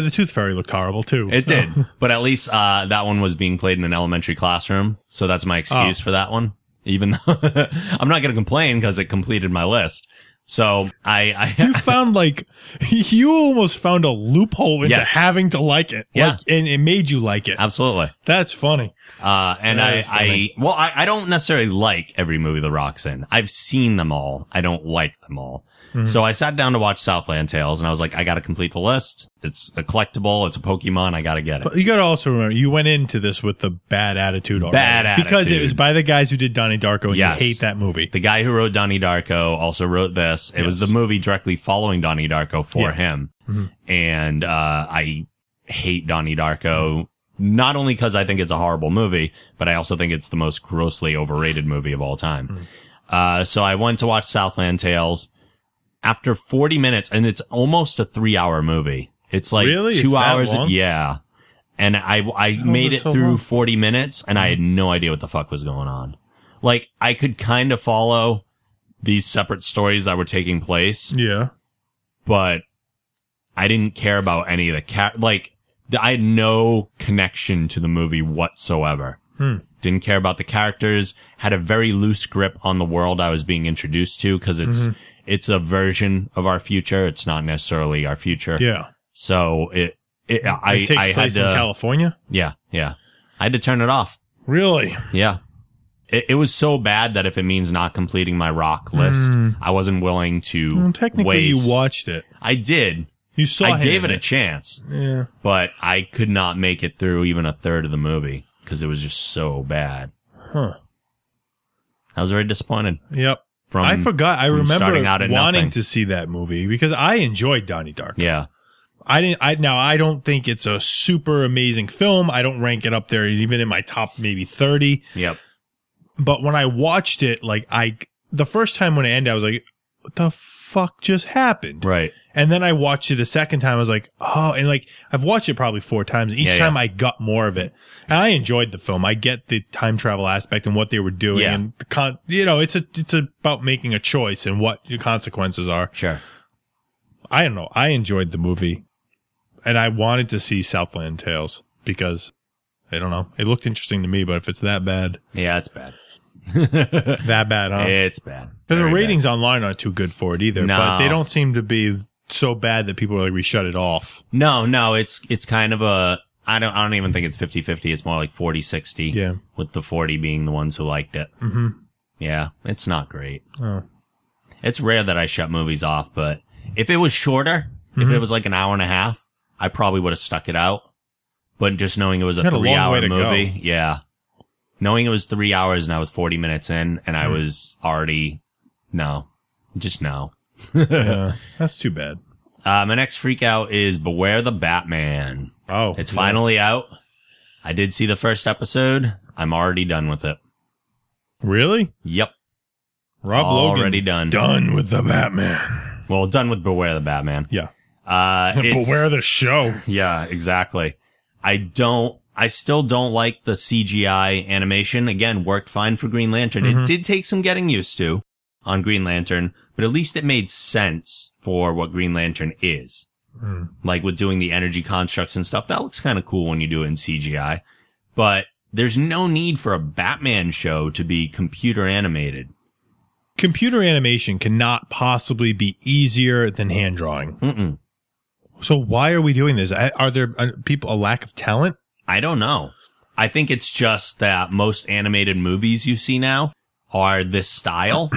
the Tooth Fairy looked horrible too. It So- did. But at least, uh, that one was being played in an elementary classroom. So that's my excuse Oh. for that one. Even though I'm not going to complain because it completed my list. So I, I, You found like you almost found a loophole into Yes. having to like it. Yeah. Like, and it made you like it. absolutely. That's funny. Uh, and That I, is I, funny. well, I, I don't necessarily like every movie The Rock's in. I've seen them all. I don't like them all. Mm-hmm. So I sat down to watch Southland Tales and I was like, I got to complete the list. It's a collectible. It's a Pokemon. I got to get it. But you got to also remember you went into this with the bad attitude already. Bad Because it attitude. was by the guys who did Donnie Darko and Yes. you hate that movie. the guy who wrote Donnie Darko also wrote this. It was the Yes. movie directly following Donnie Darko for Yeah. Mm-hmm. him. And, uh, I hate Donnie Darko. Not only because I think it's a horrible movie, but I also think it's the most grossly overrated movie of all time. Mm. Uh, so I went to watch Southland Tales after 40 minutes and it's almost a three hour movie. It's like Really? It's two that hours. long? Yeah. And I, I made it it so through long? Mm-hmm. 40 minutes and I had no idea what the fuck was going on. Like I could kind of follow these separate stories that were taking place, yeah. but I didn't care about any of the cat. Like th- I had no connection to the movie whatsoever. Hmm. Didn't care about the characters. Had a very loose grip on the world I was being introduced to because it's Mm-hmm. it's a version of our future. It's not necessarily our future. Yeah. So it it, I it takes I place had to in California. yeah yeah I had to turn it off. Really? Yeah. It, it was so bad that if it means not completing my rock list, I wasn't willing to. Hmm. Well, technically, waste. you watched it. I did. You saw. I him gave in it a chance, Yeah. but I could not make it through even a third of the movie because it was just so bad. Huh. I was very disappointed. Yep. From I forgot. I from remember starting out wanting at nothing. to see that movie because I enjoyed Donnie Darko. Yeah. I didn't. I now I don't think it's a super amazing film. I don't rank it up there even in my top maybe thirty. Yep. But when I watched it, like I the first time when it ended, I was like, "What the fuck just happened?" Right. And then I watched it a second time. I was like, "Oh!" And like I've watched it probably four times. Each Yeah, time yeah. I got more of it, and I enjoyed the film. I get the time travel aspect and what they were doing, Yeah. and the con. You know, it's a it's about making a choice and what the consequences are. Sure. I don't know. I enjoyed the movie, and I wanted to see Southland Tales because I don't know. It looked interesting to me, but if it's that bad, Yeah, it's bad. that bad, huh? It's bad. Because the Very bad. ratings online aren't too good for it either. But No. they don't seem to be so bad that people are like, we shut it off. No, no, it's it's kind of a I don't I don't even think it's 50-50. It's more like 40-60. Yeah. With the 40 being the ones who liked it. Mm-hmm. Yeah, it's not great. Oh. It's rare that I shut movies off, but if it was shorter, if Mm-hmm. it was like an hour and a half, I probably would have stuck it out. But just knowing it was a You had a long three way hour to go. movie, yeah. Knowing it was three hours and I was 40 minutes in and Mm-hmm. I was already, no, just no. Yeah, that's too bad. Uh, my next freak out is Beware the Batman. Oh, It's yes. finally out. I did see the first episode. I'm already done with it. really Yep. Rob Logan Already done. Done with the Batman. Well, done with Beware the Batman. Yeah, Uh, it's- but where the show? Yeah, exactly. I don't. I still don't like the CGI animation. Again, worked fine for Green Lantern. It did take some getting used to on Green Lantern, but at least it made sense for what Green Lantern is. Like with doing the energy constructs and stuff, that looks kind of cool when you do it in CGI. But there's no need for a Batman show to be computer animated. Computer animation cannot possibly be easier than hand drawing. Mm-mm. So why are we doing this? I- Are there uh, people a lack of talent? I don't know. I think it's just that most animated movies you see now are this style.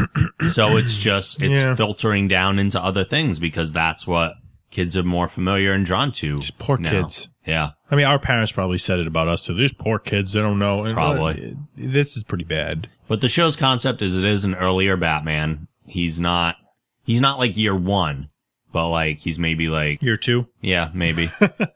so it's just, it's Yeah. filtering down into other things because that's what kids are more familiar and drawn to. Just poor kids. Yeah. I mean, our parents probably said it about us too. These poor kids, they don't know. And, uh, Probably. this is pretty bad. But the show's concept is it is an earlier Batman. He's not, he's not like year one, but like he's maybe like Year two. yeah, maybe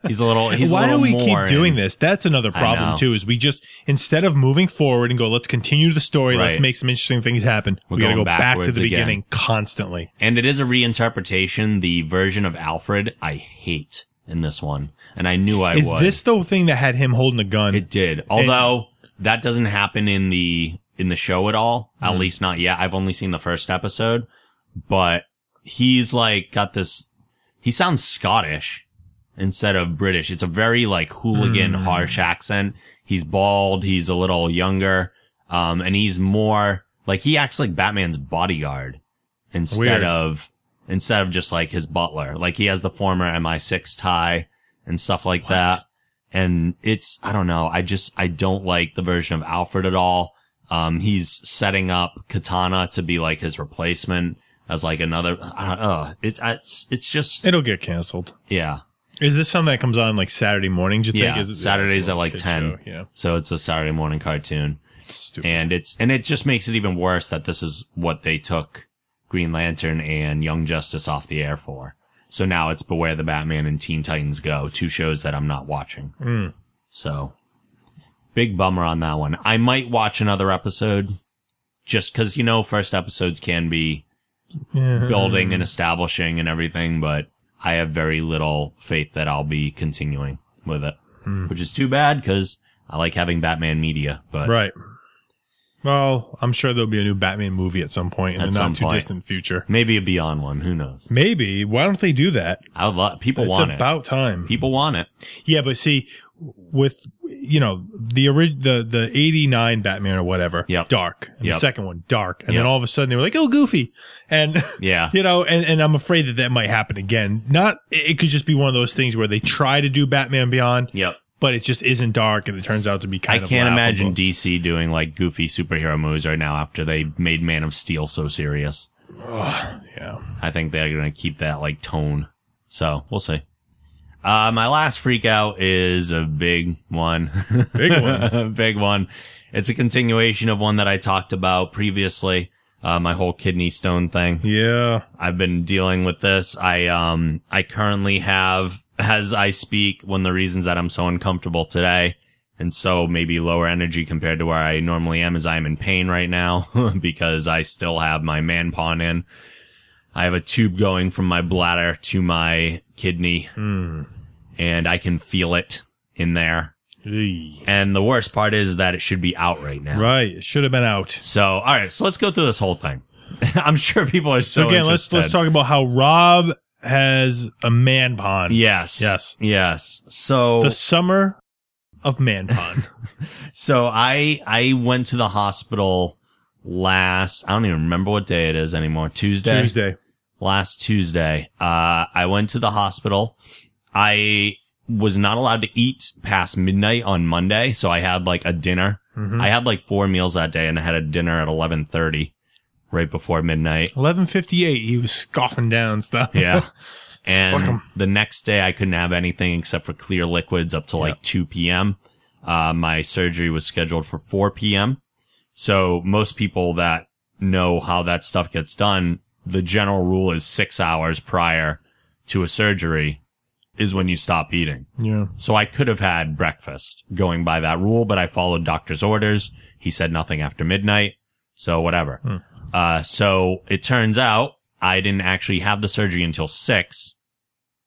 he's a little. He's a Why do little we more keep doing in- this? That's another I problem know. too. Is we just instead of moving forward and go, let's continue the story, let's Right. make some interesting things happen. We're we got to go going back to backwards the again. beginning constantly. And it is a reinterpretation. The version of Alfred I hate in this one, and I knew I is would. this the thing that had him holding a gun? It did. Although that doesn't happen in the in the show at all. At least not yet. I've only seen the first episode, but he's like got this he sounds Scottish instead of British. It's a very like hooligan harsh accent. He's bald, he's a little younger, um and he's more like he acts like Batman's bodyguard instead Weird. of instead of just like his butler. Like he has the former MI6 tie and stuff like that. And it's, I don't know. I just, I don't like the version of Alfred at all. Um, he's setting up Katana to be like his replacement as like another, I don't know. It's, it's, it's just, It'll get canceled. yeah. Is this something that comes on like Saturday mornings? You Yeah. think? Is it- Saturdays yeah, at like kid 10. show, Yeah. So it's a Saturday morning cartoon. Stupid. And it's, and it just makes it even worse that this is what they took Green Lantern and Young Justice off the air for. So now it's Beware the Batman and Teen Titans Go, two shows that I'm not watching. Hmm. So big bummer on that one. I might watch another episode just cause, you know, first episodes can be building and establishing and everything, but I have very little faith that I'll be continuing with it, Hmm. which is too bad cause I like having Batman media, but right. Well, I'm sure there'll be a new Batman movie at some point in At the not some too point. distant future. maybe a beyond one. Who knows? Maybe. Why don't they do that? I love people It's want about time. it. People want it. Yeah, but see, with you know the orig- the the eighty nine Batman or whatever, Yep. dark, and the Yep. second one dark, and Yep. then all of a sudden they were like, oh, Goofy, and Yeah. you know, and, and I'm afraid that that might happen again. Not it it could just be one of those things where they try to do Batman Beyond, Yep. but it just isn't dark, and it turns out to be I kind of. can't imagine laughable. DC doing like goofy superhero movies right now after they made Man of Steel so serious. yeah. I think they're going to keep that like tone. So we'll see. Uh, my last freak out is a big one. Big one. big one. It's a continuation of one that I talked about previously. Uh, my whole kidney stone thing. Yeah, I've been dealing with this. I um I currently have as I speak one of the reasons that I'm so uncomfortable today and so maybe lower energy compared to where I normally am is I'm in pain right now because I still have my man pawn in. I have a tube going from my bladder to my kidney Hmm. and I can feel it in there. Eey. And the worst part is that it should be out right now. right. It should have been out. So, all right, so let's go through this whole thing. I'm sure people are so So again, interested. let's let's talk about how Rob has a man pond. Yes. Yes. Yes. So the summer of man pond. so I I went to the hospital last I don't even remember what day it is anymore. Tuesday. Tuesday. Last Tuesday. Uh I went to the hospital. I was not allowed to eat past midnight on Monday, so I had like a dinner. Mm-hmm. I had like four meals that day and I had a dinner at 11:30 right before midnight. Eleven fifty eight. He was scoffing down stuff. Yeah. And Fuck 'em. the next day I couldn't have anything except for clear liquids up to like 2 p.m. Uh, my surgery was scheduled for 4 p.m. So most people that know how that stuff gets done, the general rule is six hours prior to a surgery is when you stop eating. yeah. So I could have had breakfast going by that rule, but I followed doctor's orders. He said nothing after midnight. So whatever. Uh, so it turns out I didn't actually have the surgery until six.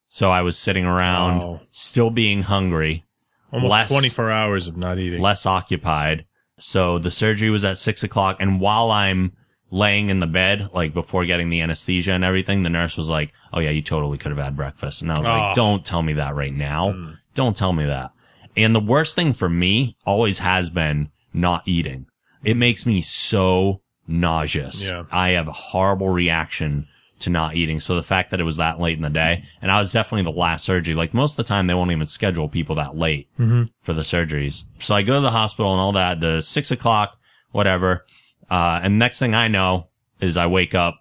So I was sitting around Wow. still being hungry, Almost Less- twenty four hours of not eating. less occupied. So the surgery was at six o'clock. And while I'm laying in the bed, like before getting the anesthesia and everything, the nurse was like, Oh yeah, you totally could have had breakfast. And I was Oh. like, don't tell me that right now. Don't tell me that. And the worst thing for me always has been not eating. It makes me so nauseous. Yeah. I have a horrible reaction to not eating. So the fact that it was that late in the day and I was definitely the last surgery, like most of the time they won't even schedule people that late for the surgeries. So I go to the hospital and all that, the six o'clock, whatever. Uh, and next thing I know is I wake up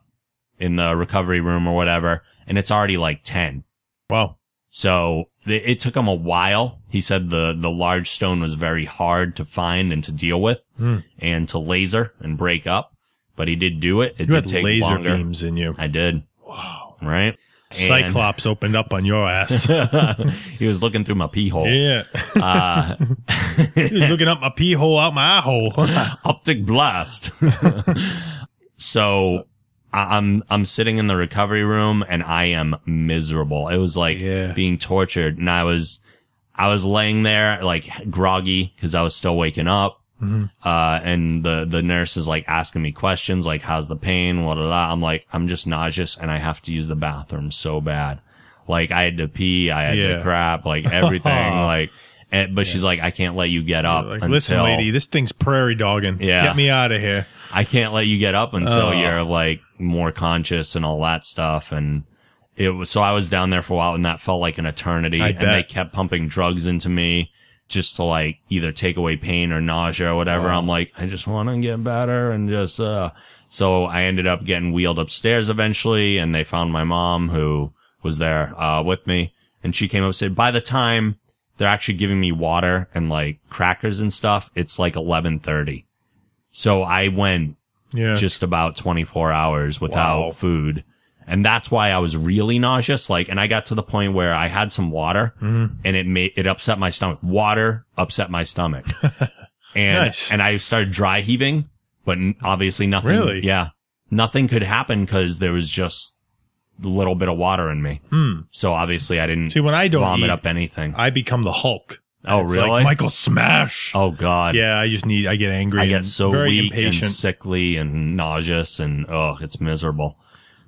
in the recovery room or whatever and it's already like 10. wow. So th- it took him a while. He said the, the large stone was very hard to find and to deal with Hmm. and to laser and break up, but he did do it. It You did had take laser longer. beams in you. I did. Wow. Right. And- Cyclops opened up on your ass. he was looking through my pee hole. yeah. Uh, He's looking up my pee hole out my eye hole. optic blast. so I- I'm I'm sitting in the recovery room and I am miserable. It was like Yeah. being tortured, and I was I was laying there like groggy because I was still waking up. Mm-hmm. Uh, and the, the nurse is like asking me questions, like, how's the pain? What, I'm like, I'm just nauseous and I have to use the bathroom so bad. Like, I had to pee. I had Yeah. to crap, like everything. like, and, but she's like, I can't let you get up. like, until, listen, lady, this thing's prairie dogging. Yeah. Get me out of here. I can't let you get up until Oh. you're like more conscious and all that stuff. And it was, so I was down there for a while and that felt like an eternity. I and bet. they kept pumping drugs into me just to like either take away pain or nausea or whatever. I'm like, I just want to get better and just, uh, so I ended up getting wheeled upstairs eventually and they found my mom who was there, uh, with me and she came up and said, by the time they're actually giving me water and like crackers and stuff, it's like 1130. So I went Yeah. just about 24 hours without Wow. food. And that's why I was really nauseous. Like, and I got to the point where I had some water Mm-hmm. and it made, it upset my stomach. Water upset my stomach. and, Nice. and I started dry heaving, but n- obviously nothing. Really? Yeah. Nothing could happen because there was just a little bit of water in me. So obviously I didn't Hmm. See, when I don't vomit eat, up anything. I become the Hulk. oh, It's really? Like, Michael Smash. oh, God. Yeah, I just need, I get angry. I get and so very weak impatient. and sickly and nauseous and oh, it's miserable.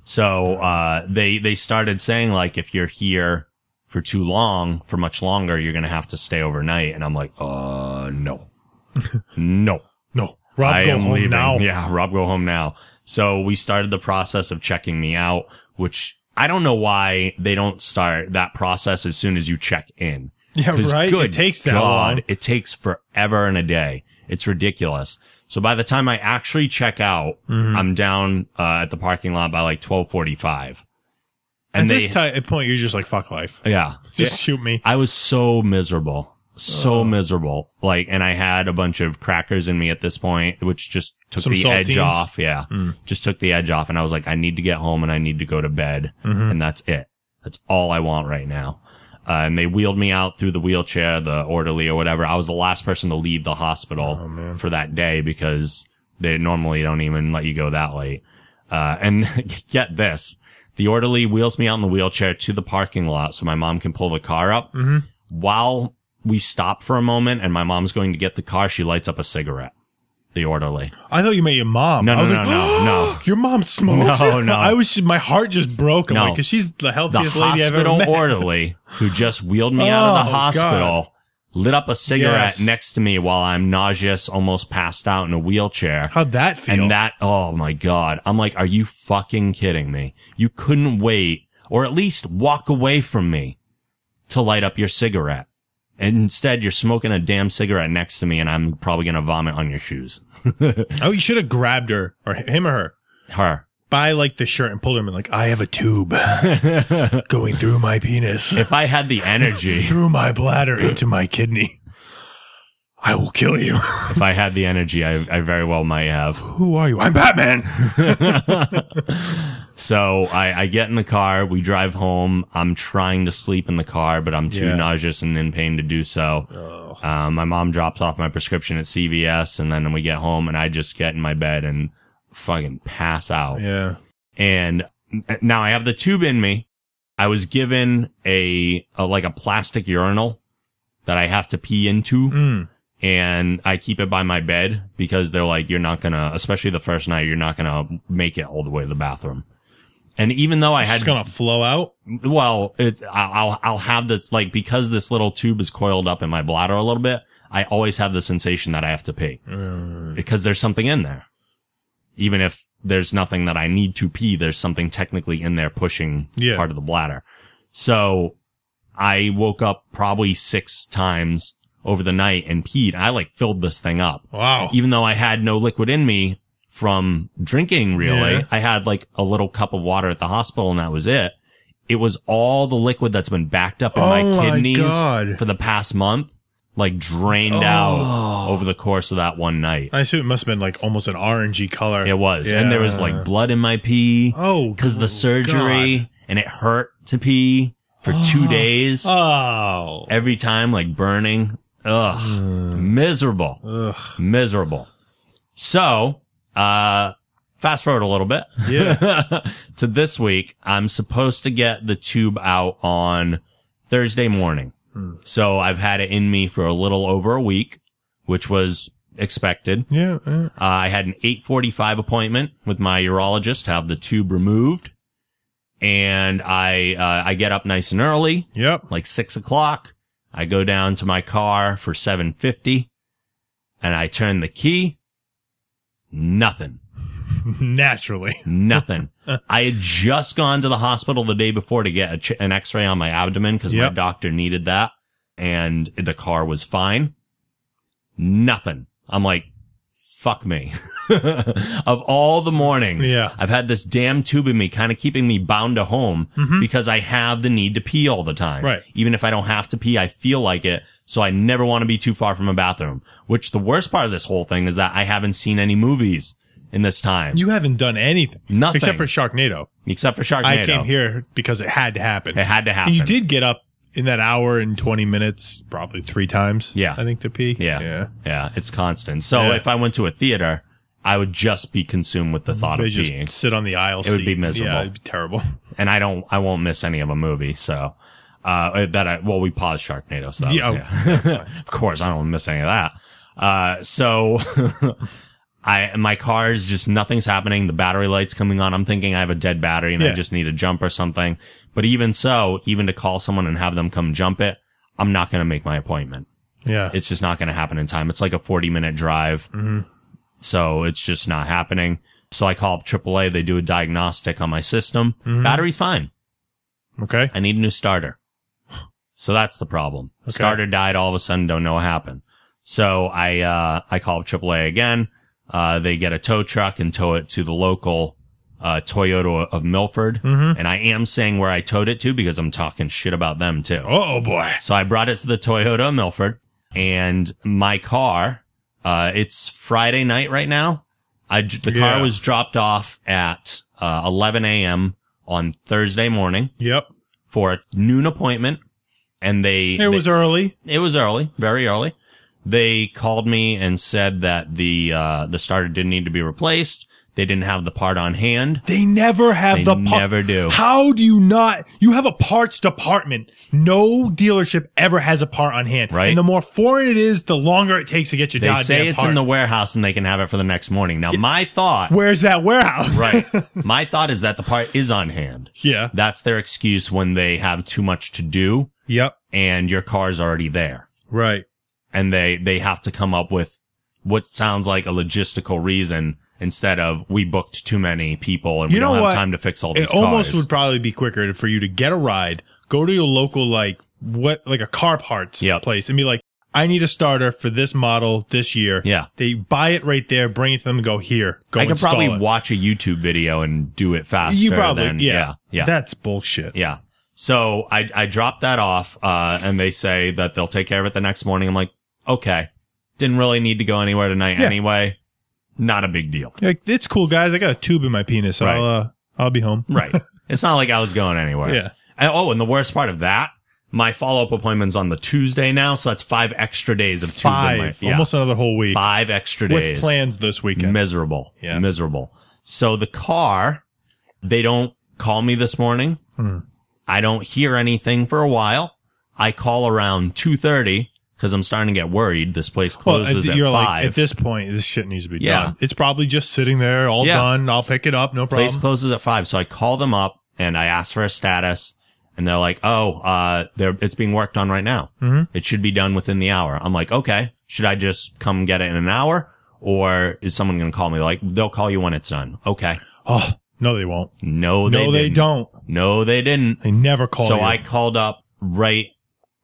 So uh, they they started saying like if you're here for too long, for much longer, you're gonna have to stay overnight. And I'm like, uh, no, no, No, Rob, I go am home leaving. now. Yeah, Rob, go home now. So we started the process of checking me out, which I don't know why they don't start that process as soon as you check in. Yeah, 'Cause right? It Good takes that God, long. It takes forever and a day. It's ridiculous. So by the time I actually check out, Mm-hmm. I'm down uh, at the parking lot by like twelve forty-five. At And they, this ti- point, you're just like, fuck life. yeah, Just shoot me. I was so miserable. So miserable. Like, and I had a bunch of crackers in me at this point, which just took Some the edge saltines? off. Yeah. Just took the edge off. And I was like, I need to get home and I need to go to bed. And that's it. That's all I want right now. Uh, and they wheeled me out through the wheelchair, the orderly or whatever. I was the last person to leave the hospital for that day because they normally don't even let you go that late. Uh, and get this. The orderly wheels me out in the wheelchair to the parking lot so my mom can pull the car up. Mm-hmm. While we stop for a moment and my mom's going to get the car, she lights up a cigarette. The orderly. I thought you meant your mom. No, I no, was no, like, no, no. Your mom smokes. No, no. I was. My heart just broke. I'm No. like, 'cause she's the The healthiest lady I've ever hospital met. orderly who just wheeled me out of Oh, the God. hospital lit up a cigarette Yes. next to me while I'm nauseous, almost passed out in a wheelchair. How'd that feel? And that, oh my God. I'm like, are you fucking kidding me? You couldn't wait or at least walk away from me to light up your cigarette. And instead, you're smoking a damn cigarette next to me and I'm probably going to vomit on your shoes. oh, you should have grabbed her or h- him or her Her. by like the shirt and pulled him and like, I have a tube going through my penis, If I had the energy, through my bladder into my kidney. I will kill you. if I had the energy, I, I very well might have. Who are you? I'm Batman. So I, I get in the car. We drive home. I'm trying to sleep in the car, but I'm too Yeah. nauseous and in pain to do so. Um, my mom drops off my prescription at CVS, and then we get home, and I just get in my bed and fucking pass out. yeah. And n- now I have the tube in me. I was given a, a like a plastic urinal that I have to pee into Mm. and I keep it by my bed because they're like, you're not gonna, especially the first night, you're not gonna make it all the way to the bathroom. And even though I It's had, gonna flow out. well, it, I'll, I'll- I'll have this, like, because this little tube is coiled up in my bladder a little bit, I always have the sensation that I have to pee because there's something in there. Even if there's nothing that I need to pee, there's something technically in there pushing Yeah. part of the bladder. So I woke up probably six times over the night and peed. I like filled this thing up. Wow. Even though I had no liquid in me from drinking really, Yeah. I had like a little cup of water at the hospital and that was it. It was all the liquid that's been backed up in my Oh my kidneys God. for the past month, like drained Oh. out over the course of that one night. I assume it must have been like almost an orangey color. It was. And there was Yeah. like blood in my pee Oh, because the surgery and it hurt to pee for two days Oh. every time, like burning. Ugh, miserable, Ugh. miserable. So, uh, fast forward a little bit. Yeah. to this week, I'm supposed to get the tube out on Thursday morning. So I've had it in me for a little over a week, which was expected. Yeah. yeah. Uh, I had an 8:45 appointment with my urologist to have the tube removed, and I uh, I get up nice and early, Yep. like six o'clock. I go down to my car for 7:50, and I turn the key. Nothing, Naturally. nothing. I had just gone to the hospital the day before to get a ch- an X-ray on my abdomen because my Yep. doctor needed that, and the car was fine. Nothing. I'm like, fuck me. of all the mornings, Yeah. I've had this damn tube in me kind of keeping me bound to home because I have the need to pee all the time. Mm-hmm. Right. Even if I don't have to pee, I feel like it. So I never want to be too far from a bathroom, which the worst part of this whole thing is that I haven't seen any movies in this time You haven't done anything. Nothing. Except for Sharknado. except for Sharknado. I came here because it had to happen. It had to happen. And you did get up in that hour and 20 minutes, probably three times. Yeah. I think to pee. Yeah. Yeah. Yeah. It's constant. So Yeah. if I went to a theater, I would just be consumed with the thought They of just peeing. sit on the aisle It would be seat. miserable. Yeah, it'd be terrible. and I don't, I won't miss any of a movie. So, uh, that I, well, we paused Sharknado. So that Yeah, was- oh, of course, I don't want to miss any of that. Uh, so I, my car is just nothing's happening. The battery light's coming on. I'm thinking I have a dead battery and I Yeah. just need a jump or something. But even so, even to call someone and have them come jump it, I'm not going to make my appointment. Yeah. it's just not going to happen in time. It's like a 40 minute drive. So it's just not happening. So I call up AAA. They do a diagnostic on my system. Battery's fine. okay. I need a new starter. So that's the problem. Starter died all of a sudden. Don't know what happened. So I, uh, I call up AAA again. Uh, they get a tow truck and tow it to the local, uh, Toyota of Milford. And I am saying where I towed it to because I'm talking shit about them too. Oh boy. So I brought it to the Toyota Milford and my car, uh, it's Friday night right now. I, j- the Yeah. car was dropped off at, uh, 11 a.m. on Thursday morning Yep. for a noon appointment. And they, It was early. it was early, very early. They called me and said that the, uh, the starter didn't need to be replaced. They didn't have the part on hand. They never have They the never do. How do you not? You have a parts department. No dealership ever has a part on hand. Right. And the more foreign it is, the longer it takes to get your They goddamn say it's part. in the warehouse and they can have it for the next morning. Now my thought. Where's that warehouse? Right. My thought is that the part is on hand. Yeah. That's their excuse when they have too much to do Yep. and your car's already there. Right. And they, they have to come up with what sounds like a logistical reason instead of we booked too many people and You we know don't what? have time to fix all these It almost cars. would probably be quicker for you to get a ride, go to your local like what like a car parts Yep. place, and be like, I need a starter for this model this year. Yeah. They buy it right there, bring it to them, and go here. Go. I could install probably it." watch a YouTube video and do it faster. You probably than- yeah, yeah. Yeah. That's bullshit. yeah. So I, I dropped that off, uh, and they say that they'll take care of it the next morning. I'm like, okay, didn't really need to go anywhere tonight Yeah. anyway. Not a big deal. Like it's cool, guys. I got a tube in my penis. Right. I'll uh, I'll be home. Right. it's not like I was going anywhere. Yeah. And- oh, and the worst part of that, my follow up appointment's on the Tuesday now, so that's five extra days of tube in my- Five, yeah. almost another whole week five extra with days. plans this weekend. Miserable. Yeah. Miserable. So the car, they don't call me this morning. Hmm. I don't hear anything for a while. I call around two thirty because I'm starting to get worried. This place well, closes at- you're at like five. at this point, this shit needs to be Yeah. done. It's probably just sitting there, all Yeah. done. I'll pick it up, no problem. Place closes at five. So I call them up and I ask for a status and they're like, Oh, uh, they're, it's being worked on right now. Mm-hmm. It should be done within the hour. I'm like, okay, should I just come get it in an hour or is someone going to call me? They're like, they'll call you when it's done. Okay. oh no, they won't. No, they no, they didn't. don't. No, they didn't. They never call. so you. I called up right.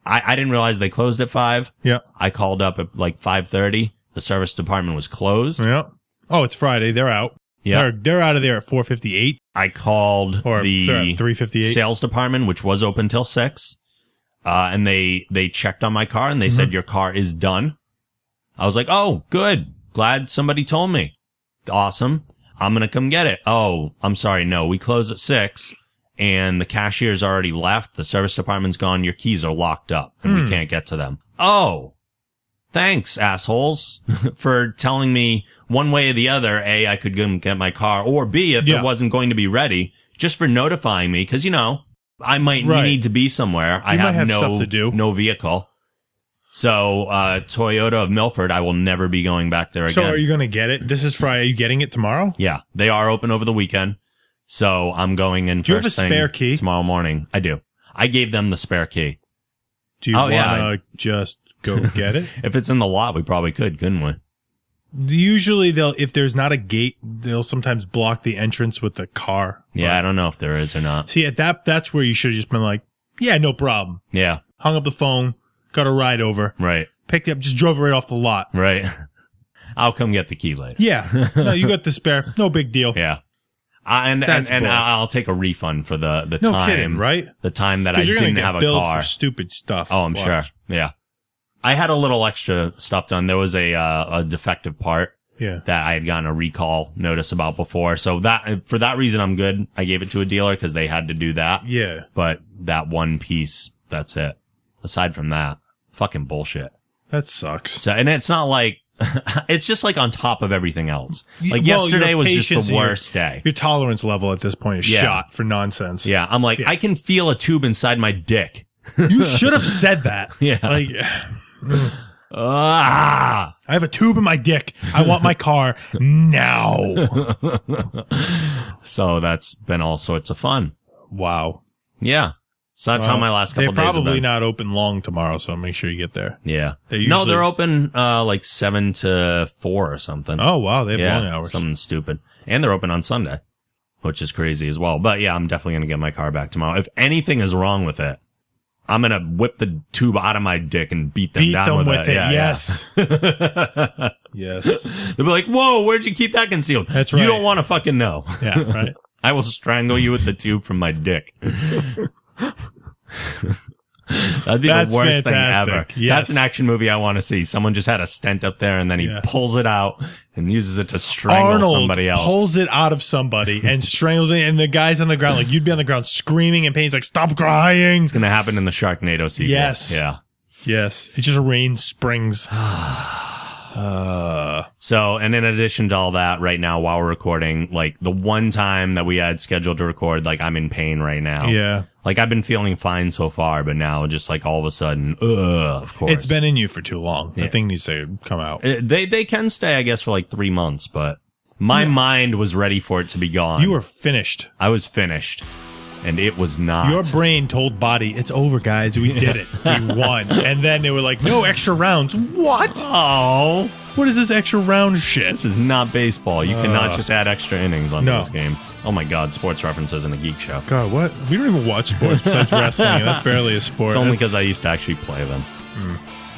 I, I didn't realize they closed at five. yeah, I called up at like 530. The service department was closed. yeah. Oh, it's Friday. They're out. Yeah. they're, they're out of there at four fifty eight I called or the three fifty eight. sales department, which was open till six. Uh, and they, they checked on my car and they said, your car is done. I was like, Oh, good. Glad somebody told me. Awesome. I'm going to come get it. Oh, I'm sorry. No, we close at six and the cashier's already left. The service department's gone. Your keys are locked up and Hmm. we can't get to them. Oh, thanks assholes for telling me one way or the other. A, I could go and get my car or B, if Yeah. it wasn't going to be ready just for notifying me. Cause you know, I might Right. need to be somewhere. I You might have, have no, stuff to do. no vehicle. So, uh, Toyota of Milford, I will never be going back there again. So are you gonna get it? This is Friday. Are you getting it tomorrow? Yeah, they are open over the weekend. So I'm going in Do you have first a thing spare key? tomorrow morning. I do. I gave them the spare key. Do you Oh, wanna yeah. just go get it? If it's in the lot, we probably could, couldn't we? Usually they'll if there's not a gate, they'll sometimes block the entrance with the car. Yeah, I don't know if there is or not. See at that that's where you should have just been like, Yeah, no problem. Yeah, Hung up the phone, got a ride over, right, picked it up, just drove it right off the lot. right. I'll come get the key later. Yeah. No, you got the spare. No big deal. Yeah. I, and and, That's and bull. I'll take a refund for the, the No time. kidding, right? The time that I 'Cause you're didn't gonna get have a billed car. for stupid stuff. Oh, I'm Watch. sure. Yeah. I had a little extra stuff done. There was a uh, a defective part Yeah. that I had gotten a recall notice about before. So that for that reason, I'm good. I gave it to a dealer because they had to do that. Yeah. But that one piece, that's it. Aside from that, fucking bullshit. That sucks. So and it's not like it's just like on top of everything else. Y- Like well, yesterday your was just patience the and your- worst day. Your tolerance level at this point is Yeah. shot for nonsense. Yeah, I'm like I can feel a tube inside my dick. You should have said that. Yeah. Like, Ah. I have a tube in my dick. I want my car now. So that's been all sorts of fun. Wow. Yeah. So that's how my last couple They're days have probably been. not open long tomorrow, so make sure you get there. Yeah. They no, usually- they're open uh like seven to four or something. Oh, wow. They have yeah, long hours. something stupid. And they're open on Sunday, which is crazy as well. But yeah, I'm definitely gonna get my car back tomorrow. If anything is wrong with it, I'm gonna whip the tube out of my dick and beat them Beat down them with, it. Yeah, yes. yeah. yes. They'll be like, "Whoa, whered you keep that concealed?" That's You right. don't want to fucking know. Yeah, right. I will strangle you with the tube from my dick. That'd be That's the worst fantastic. thing ever. Yes. That's an action movie I want to see. Someone just had a stent up there and then he Yeah. pulls it out and uses it to strangle Arnold somebody else. pulls it out of somebody and strangles it, and the guy's on the ground. Like, you'd be on the ground screaming in pain. He's like, stop crying. it's going to happen in the Sharknado sequel. Yes. Yeah. Yes. It just rains springs. Oh, uh, So, and in addition to all that, right now while we're recording, like the one time that we had scheduled to record, like I'm in pain right now. yeah. Like I've been feeling fine so far, but now just like all of a sudden, ugh, of course. It's been in you for too long. Yeah. That thing needs to come out. Uh, they they can stay, I guess, for like three months, but my mind was ready for it to be gone. You were finished. I was finished, and it was not. Your brain told body, it's over, guys. We did it. We won. And then they were like, no extra rounds. What? oh, What is this extra round shit? this is not baseball. You cannot just add extra innings on Uh. No. this game. Oh my God, sports references in a geek show. God, what? We don't even watch sports besides wrestling, and that's barely a sport. It's only That's- because Hmm. I used to actually play them.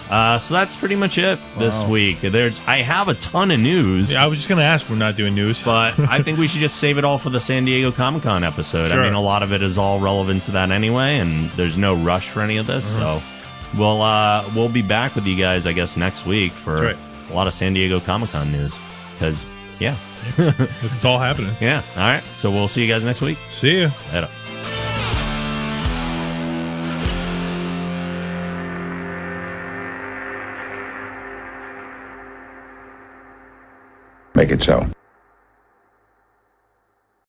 Uh, so that's pretty much it this week. There's I have a ton of news. Yeah, I was just going to ask. We're not doing news. But I think we should just save it all for the San Diego Comic Con episode. Sure. I mean, a lot of it is all relevant to that anyway, and there's no rush for any of this. Uh-huh. So we'll uh, we'll be back with you guys, I guess, next week for That's right. a lot of San Diego Comic Con news. Because yeah, It's all happening. yeah. All right. So we'll see you guys next week. See ya. Later. Make it so.